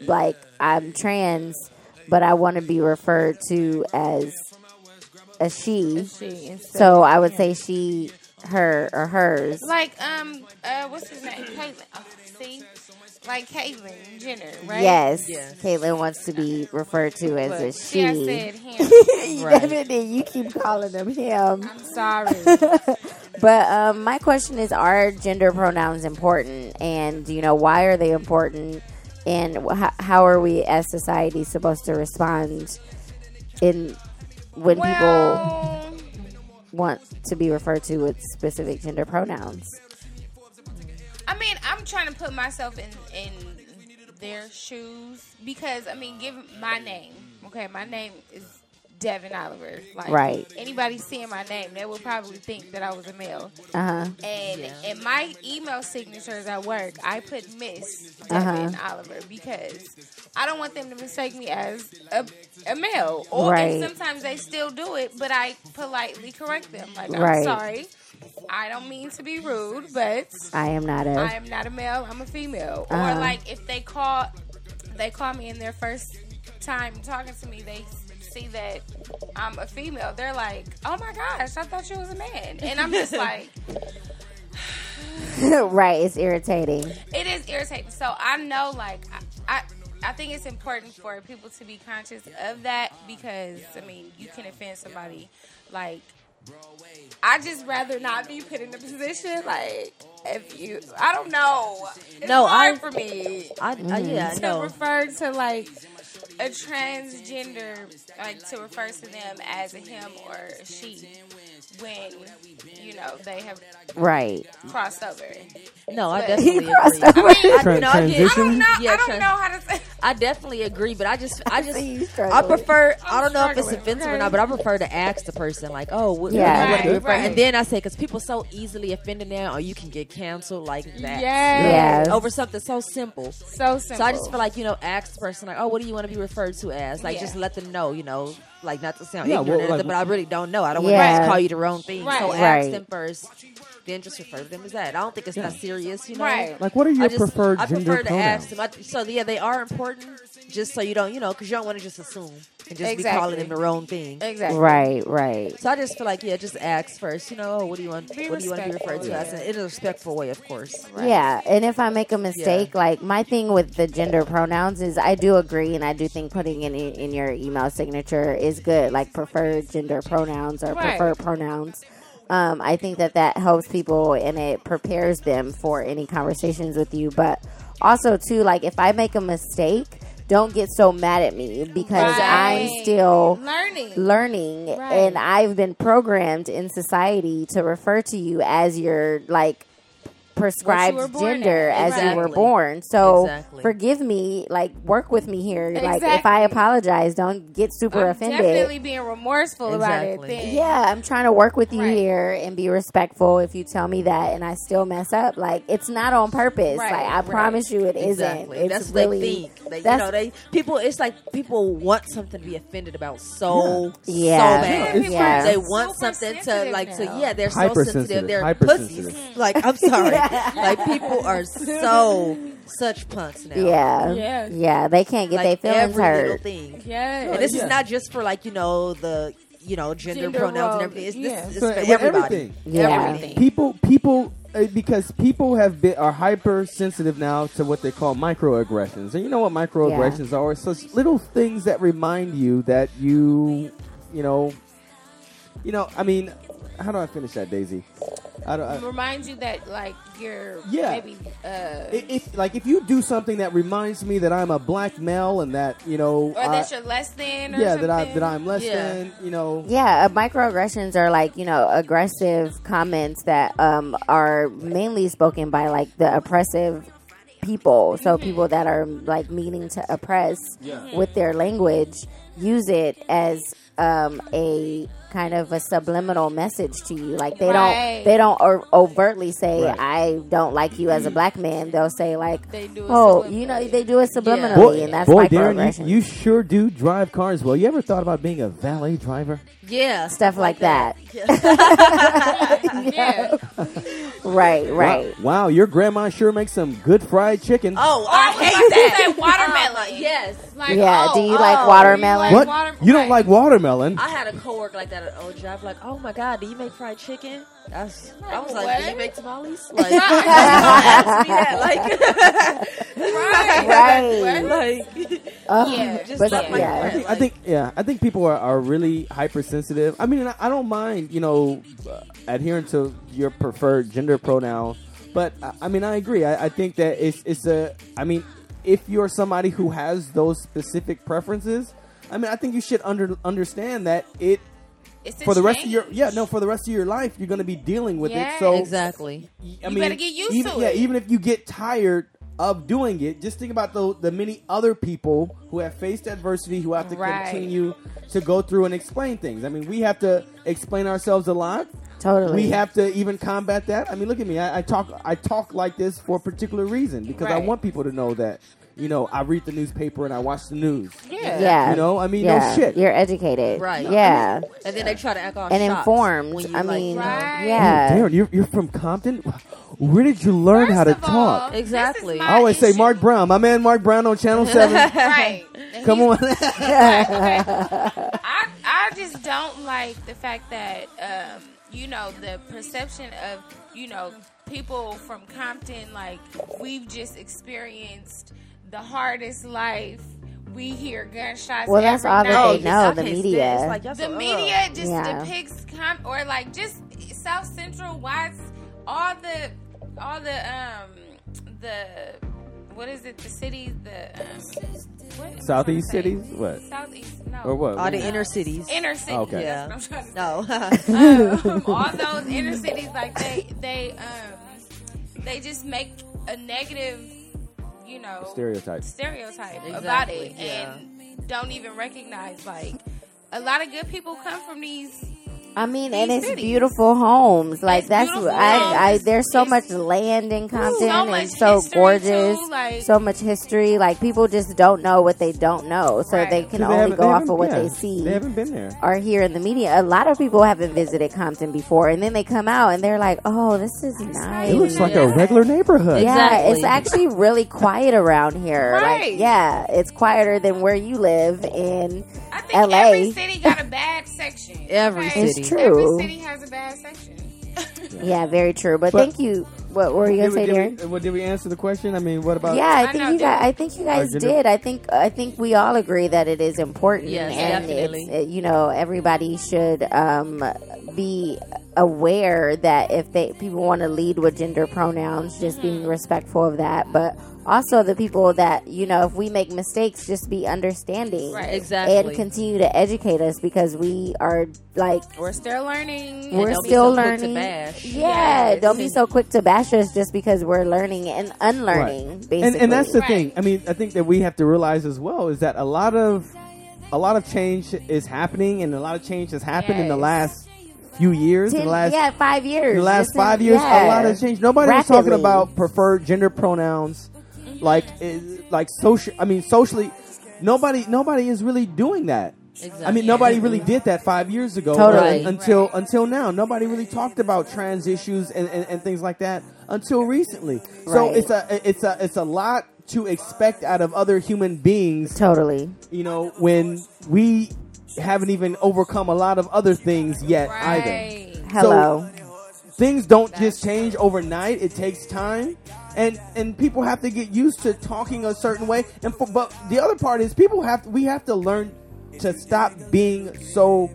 S1: like I'm trans, but I want to be referred to as a she,
S2: She and stuff.
S1: so I would say she, her, or hers.
S2: Like, um, uh, what's his name? Caitlyn. Oh, see? Like Caitlyn Jenner, right?
S1: Yes,
S6: Yes.
S1: Caitlyn wants to be referred to as a
S2: But
S1: she.
S2: I said him.
S1: Definitely, you keep calling him him.
S2: I'm sorry.
S1: But um, my question is: Are gender pronouns important? And you know, why are they important? And wh- how are we as society supposed to respond in when people
S2: Well,
S1: want to be referred to with specific gender pronouns.
S2: I mean, I'm trying to put myself in in their shoes because I mean, give my name. Okay, my name is Devin Oliver. Like,
S1: Right.
S2: Anybody seeing my name, they would probably think that I was a male.
S1: Uh huh.
S2: And in my email signatures at work, I put Miss
S1: Uh-huh.
S2: Devin Oliver because I don't want them to mistake me as a, a male. Or
S1: Right.
S2: and sometimes they still do it, but I politely correct them. Like,
S1: Right.
S2: I'm sorry. I don't mean to be rude, but
S1: I am not a.
S2: I am not a male. I'm a female.
S1: Uh-huh.
S2: Or like if they call, they call me in their first time talking to me, they see that I'm a female. They're like, "Oh my gosh, I thought you was a man," and I'm just like,
S1: right. It's irritating.
S2: it is irritating. So I know, like, I, I, I think it's important for people to be conscious of that because I mean, you can offend somebody. Like, I just rather not be put in a position like. If you, I don't know. It's
S6: No,
S2: hard
S6: I-
S2: for me.
S6: I, I yeah, I
S2: to
S6: know.
S2: refer to like a transgender, like to refer to them as a him or a she when you know they have
S1: Right.
S2: crossed over.
S6: No, I
S2: But-
S6: definitely agree.
S1: crossed
S6: I,
S1: over.
S6: I, no, I,
S2: I don't
S6: get,
S2: know.
S6: Yeah,
S2: I don't
S6: trans-
S2: know how to say.
S6: I definitely agree, but I just, I just,
S1: see you
S6: I
S1: struggling.
S6: prefer.
S2: I'm
S6: I don't know if it's
S2: struggling,
S6: offensive
S2: okay?
S6: or not, but I prefer to ask the person like, "Oh, what,
S1: Yeah.
S6: yeah,
S2: Right, right.
S6: And then I say, because people so easily offended now, or you can get canceled like that.
S2: Yes.
S1: Yes.
S6: Over something so simple.
S2: So simple.
S6: So I just feel like you know, ask the person like, "Oh, what do you want to be referred to as?" Like,
S2: Yeah.
S6: just let them know, you know, like not to sound
S3: Yeah,
S6: ignorant,
S3: well,
S6: or
S3: like-
S6: nothing, but I really don't know. I don't
S1: Yeah.
S6: want to just call you the wrong thing.
S2: Right.
S6: So ask
S1: Right.
S6: them first, then just refer to them as that. I don't think it's not serious, you know.
S2: Right.
S3: Like, what are your
S6: I just,
S3: preferred
S6: I
S3: gender
S6: prefer to
S3: pronouns?
S6: ask them. I, so yeah, they are important. Just so you don't, you know, because you don't want to just assume and just be calling
S2: Exactly.
S6: them the wrong thing.
S2: exactly
S1: Right. Right.
S6: So I just feel like yeah, just ask first. You know, oh, what do you want?
S2: Be
S6: what do you want to be referred to
S2: respectful,
S6: as? In a respectful way, of course.
S1: Yeah, and if I make a mistake, like my thing with the gender pronouns is I do agree and I do think putting in in your email signature is good, like preferred gender pronouns or
S2: Right.
S1: preferred pronouns. Um, I think that that helps people and it prepares them for any conversations with you. But also too, like if I make a mistake, don't get so mad at me because I'm
S2: Right.
S1: still
S2: learning.
S1: learning
S2: Right.
S1: and I've been programmed in society to refer to you as your like prescribed
S2: were born
S1: gender
S2: as.
S1: as you were
S6: Exactly.
S1: born. So
S6: Exactly.
S1: forgive me, like work with me here. Like if I
S2: Exactly.
S1: apologize, don't get super
S2: I'm
S1: offended.
S2: definitely being remorseful about it.
S6: Exactly.
S2: Then.
S1: yeah, I'm trying to work with you
S2: Right.
S1: here and be respectful. If you tell me that and I still mess up, like it's not on purpose.
S2: Right,
S1: Like I
S2: right.
S1: promise you, it
S6: Exactly.
S1: not It's
S6: that's
S1: really
S6: what they think. They, you
S1: that's-
S6: know, they people. It's like people want something to be offended about so
S1: Yeah.
S6: so bad.
S1: People Yeah. are
S6: They want
S2: super
S6: something to
S2: sensitive
S6: like to
S2: now.
S6: yeah. They're so
S3: Hypersensitive.
S6: sensitive. They're
S3: Hypersensitive.
S6: pussies. Like I'm sorry. Like people are so such punks now.
S1: yeah,
S2: Yes.
S1: yeah. They can't get
S6: Like
S1: their feelings
S6: every little
S1: hurt.
S6: thing.
S2: Yes.
S6: And this is not just for like you know the you know gender,
S2: Gender
S6: pronouns and
S2: roles,
S6: everything. It's,
S2: yeah.
S6: this, it's
S3: So,
S6: for
S3: with
S6: everybody.
S3: everything.
S1: Yeah.
S6: Everything.
S3: people people uh, because people have been are hypersensitive now to what they call microaggressions and you know what microaggressions are it's such little things that remind you that you you know you know i mean how do i finish that daisy i don't I,
S2: Remind you that like you're
S3: Yeah.
S2: maybe uh,
S3: i- if like if you do something that reminds me that i'm a black male and that you know
S2: or
S3: I-
S2: that you're less than. Or
S3: Uh, yeah that i
S2: something.
S3: that i'm less
S6: Yeah.
S3: than you know
S1: Yeah, uh, microaggressions are like you know aggressive comments that um, are mainly spoken by like the oppressive people. So people that are like meaning to oppress with their language use it as um, a kind of a subliminal message to you. Like they
S2: Right.
S1: don't they don't o- overtly say
S3: Right.
S1: I don't like you as a black man. They'll say like
S2: Mm-hmm. They do it
S1: oh you know
S2: subliminally.
S1: they do it subliminally
S3: Boy,
S1: and that's
S3: boy
S1: microaggression.
S3: Darren, you, you sure do drive cars well. You ever thought about being a valet driver?
S6: Yeah.
S1: Stuff like that.
S2: yeah.
S1: Right, right.
S3: Wow, wow, your grandma sure makes some good fried chicken.
S6: Oh,
S2: I
S6: I
S2: hate
S6: hate that.
S2: that watermelon.
S6: Yes.
S2: Like,
S1: Yeah,
S2: oh,
S1: do you
S2: oh,
S1: like watermelon?
S2: you
S3: what?
S2: like water-
S3: you don't like watermelon?
S6: I had a coworker like that at old job. Like, oh my god, do you make fried chicken? That's, I was like, do
S2: what?
S6: you make tamales? Like, don't ask me that.
S2: Right.
S1: Right.
S6: Like, like,
S3: Uh-huh.
S1: Oh,
S2: Yeah, just
S1: but
S6: stuff like
S1: yeah.
S3: I
S6: that.
S3: think, I think, yeah, I think people are, are really hypersensitive. I mean, and I, I don't mind, you know, uh, adhering to your preferred gender pronoun, but I, I mean, I agree. I, I think that it's it's a. I mean, if you're somebody who has those specific preferences, I mean, I think you should under understand that it
S2: It's a
S3: for the rest of your
S2: change.
S3: yeah no for the rest of your life you're going to be dealing with
S2: Yes.
S3: it. So
S6: Exactly.
S3: y- I
S2: You
S3: mean,
S2: better get used
S3: even,
S2: to
S3: yeah,
S2: it.
S3: even if you get tired of doing it, just think about the the many other people who have faced adversity who have to
S2: Right.
S3: continue to go through and explain things. I mean, we have to explain ourselves a lot.
S1: Totally.
S3: We have to even combat that. I mean, look at me. I, I talk I talk like this for a particular reason because I
S2: Right.
S3: want people to know that. You know, I read the newspaper and I watch the news.
S2: Yeah.
S1: yeah.
S3: You know, I mean, no
S1: yeah.
S3: shit.
S1: You're educated.
S6: Right.
S1: Yeah.
S6: And then they try to act all
S1: and
S6: shocked
S1: informed.
S6: when you,
S1: I
S6: like,
S1: mean,
S6: you know,
S2: Right.
S1: yeah.
S3: Darren, you're, you're from Compton. Where did you learn
S2: First
S3: how to
S2: of all,
S3: talk?
S2: this is
S6: Exactly.
S2: my
S3: I always say
S2: issue.
S3: Mark Brown, my man Mark Brown on Channel Seven.
S2: Right. And
S3: Come
S2: he's-
S3: on,
S2: I I just don't like the fact that um, you know the perception of you know people from Compton like we've just experienced the hardest life. We hear gunshots.
S1: Well, that's
S2: every
S1: all that
S2: night.
S1: they know.
S6: I
S1: The
S6: can't stand-
S1: media.
S6: it's like, y'all
S2: The
S6: so-
S2: media just
S1: Yeah.
S2: depicts com- or like just South Central Watts, all the all the um the what is it? The cities, the um, what am I
S9: Southeast
S2: trying to say?
S9: cities? What?
S2: Southeast? No.
S9: Or what? Oh,
S6: All the inner cities.
S2: Inner cities.
S9: Okay.
S2: That's
S6: Yeah.
S2: what I'm trying to say
S6: No.
S2: um, all those inner cities, like they they um they just make a negative, you know,
S9: Stereotype.
S2: stereotype about
S6: Exactly,
S2: it, and don't even recognize like a lot of good people come from these.
S1: I mean,
S2: These
S1: and it's
S2: cities.
S1: beautiful homes. Like
S2: It's
S1: that's
S2: beautiful homes.
S1: I, I. There's so much
S2: It's-
S1: land in Compton
S2: much
S1: and so
S2: history,
S1: gorgeous.
S2: too, like-
S1: so much history. Like people just don't know what they don't know, so
S2: Right.
S1: they can
S9: They
S1: only
S9: haven't-
S1: go
S9: they
S1: off
S9: haven't-
S1: of what
S9: yeah,
S1: they see.
S9: They haven't been there.
S1: or hear in the media, a lot of people haven't visited Compton before, and then they come out and they're like, "Oh, this is nice."
S9: It looks like a
S2: Yeah.
S9: regular neighborhood.
S1: Yeah,
S6: Exactly.
S1: it's actually really quiet around here.
S2: Right.
S1: Like, yeah, it's quieter than where you live in
S2: I think
S1: LA.
S2: every city got a bad section.
S6: Every It's
S1: city. true.
S2: Every city has a bad section.
S1: Yeah, very true. But,
S3: But-
S1: thank you. What were you gonna
S3: did,
S1: say,
S3: we,
S1: Darren?
S3: did, we, what, did we answer the question? I mean, what about?
S1: yeah, I,
S2: I
S1: think
S2: know,
S1: you guys.
S2: didn't-
S1: I think you guys
S3: you
S1: did.
S3: did?
S1: I think I think we all agree that it is important,
S6: Yes,
S1: and
S6: definitely.
S1: it's, uh, you know everybody should um, be aware that if they people want to lead with gender pronouns, just being respectful of that, but. Also, the people that you know, if we make mistakes, just be understanding
S2: Right.
S1: and
S6: exactly.
S1: continue to educate us because we are like
S2: We're still learning.
S1: we're
S6: don't be
S1: still
S6: so quick to
S1: learning.
S6: bash.
S1: Yeah,
S6: Yes.
S1: don't be so quick to bash us just because we're learning and unlearning. Basically,
S3: and, and that's the
S2: Right.
S3: thing. I mean, I think that we have to realize as well is that a lot of a lot of change is happening, and a lot of change has happened in the
S2: Yes.
S3: last few years. in
S1: Ten-
S3: the last
S1: yeah, five years.
S3: in the last
S1: Just in-
S3: five years,
S1: yeah.
S3: a lot has changed. Nobody was
S1: Rapidly.
S3: talking about preferred gender pronouns, like eh, like social. I mean, socially, nobody nobody is really doing that. I mean,
S6: Exactly.
S3: nobody really did that five years ago.
S1: Totally.
S3: un- until until now, nobody really talked about trans issues and, and, and things like that until recently. So
S1: Right.
S3: it's a it's a it's a lot to expect out of other human beings
S1: Totally.
S3: you know, when we haven't even overcome a lot of other things yet either.
S2: Right.
S1: Hello.
S3: Things don't just change overnight. It takes time. And and people have to get used to talking a certain way. And for, but the other part is people have we have to learn to stop being so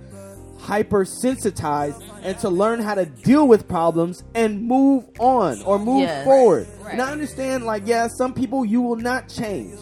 S3: hypersensitized and to learn how to deal with problems and move on or move
S6: Yes.
S3: forward.
S2: Right.
S3: And I understand like yeah, some people you will not change.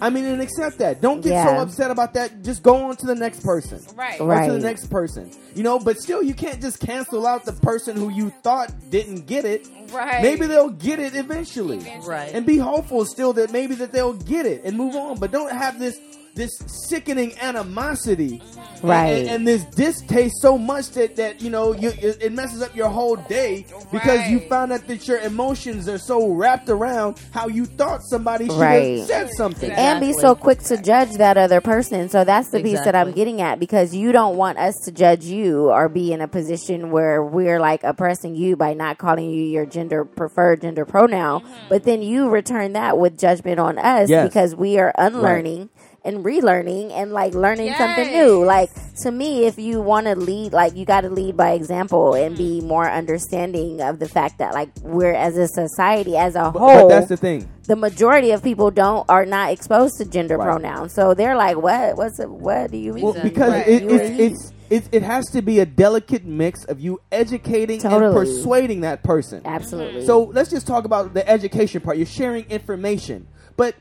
S3: I mean, and accept that. Don't get so
S1: Yeah.
S3: upset about that. Just go on to the next person.
S2: Right.
S3: Or to
S1: Right.
S3: the next person. You know, but still, you can't just cancel out the person who you thought didn't get it.
S2: Right.
S3: Maybe they'll get it eventually.
S6: Right.
S3: And be hopeful still that maybe that they'll get it and move on. But don't have this this sickening animosity and-
S1: Right.
S3: and, and this distaste so much that that you know you, it it messes up your whole day because you
S2: Right.
S3: found out that your emotions are so wrapped around how you thought somebody should
S1: Right.
S3: have said something
S1: And be
S6: Exactly.
S1: so quick to judge that other person. So that's the piece that I'm
S6: Exactly.
S1: getting at because you don't want us to judge you or be in a position where we're like oppressing you by not calling you your gender preferred gender pronoun. But then you return that with judgment on us
S3: Yes.
S1: because we are unlearning. And relearning and like learning something
S2: Yes.
S1: new. Like to me, if you want to lead, like you got to lead by example and be more understanding of the fact that like we're as a society as a whole
S3: but that's the thing
S1: the majority of people don't are not exposed to gender
S3: Right.
S1: pronouns, so they're like, "What? What's it? What do you mean?"
S3: Well,
S6: Exactly.
S3: because
S6: Right.
S3: it,
S1: You
S3: it's,
S1: were-
S3: it's, it's, it has to be a delicate mix of you educating
S1: Totally.
S3: and persuading that person.
S1: absolutely.
S3: So let's just talk about the education part. You're sharing information, but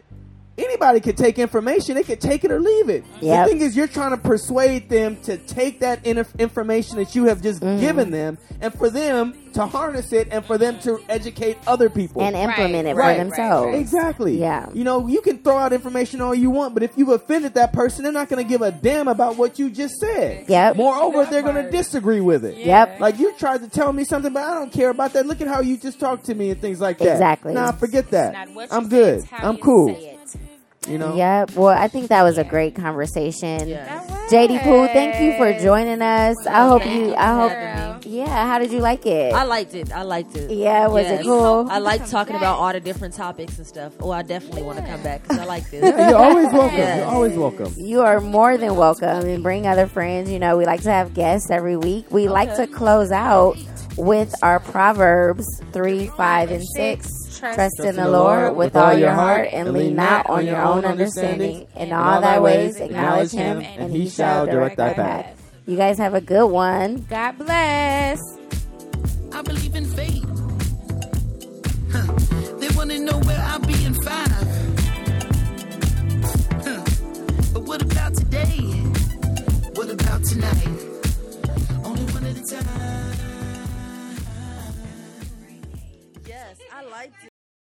S3: anybody could take information. They could take it or leave it.
S1: Yep.
S3: The thing is, you're trying to persuade them to take that in- information that you have just
S1: Mm-hmm.
S3: given them, and for them to harness it, and for them to educate other people.
S1: and implement it
S3: Right,
S1: for themselves.
S3: Exactly.
S1: Yeah.
S3: You know, you can throw out information all you want, but if you've offended that person, they're not going to give a damn about what you just said.
S1: Yep.
S3: Moreover, they're going to disagree with it.
S1: Yep.
S3: Like you tried to tell me something, but I don't care about that. Look at how you just talked to me and things like that.
S1: Exactly.
S3: Nah, forget that.
S2: Not what you
S3: I'm
S2: say,
S3: good.
S2: it's how
S3: I'm
S2: you
S3: cool.
S2: say it.
S3: You know.
S1: Yep. Well, I think that was a great conversation.
S6: Yes.
S1: JD Poole, thank you for joining us. I hope you. I
S2: Girl.
S1: hope. Yeah. How did you like it?
S6: I liked it. I liked it.
S1: Yeah, was it cool?
S6: I like talking about all the different topics and stuff. Oh, I definitely want to come back because I like this.
S3: You're always welcome.
S6: Yes.
S3: You're always welcome.
S1: You are more than welcome and bring other friends. You know, we like to have guests every week. We like to close out with our Proverbs 3, 5, and 6. Trust, in the Lord with all your heart and lean not on your own understanding. In all thy ways, acknowledge him, and he shall direct thy path. You guys have a good one.
S2: God bless.
S5: I believe in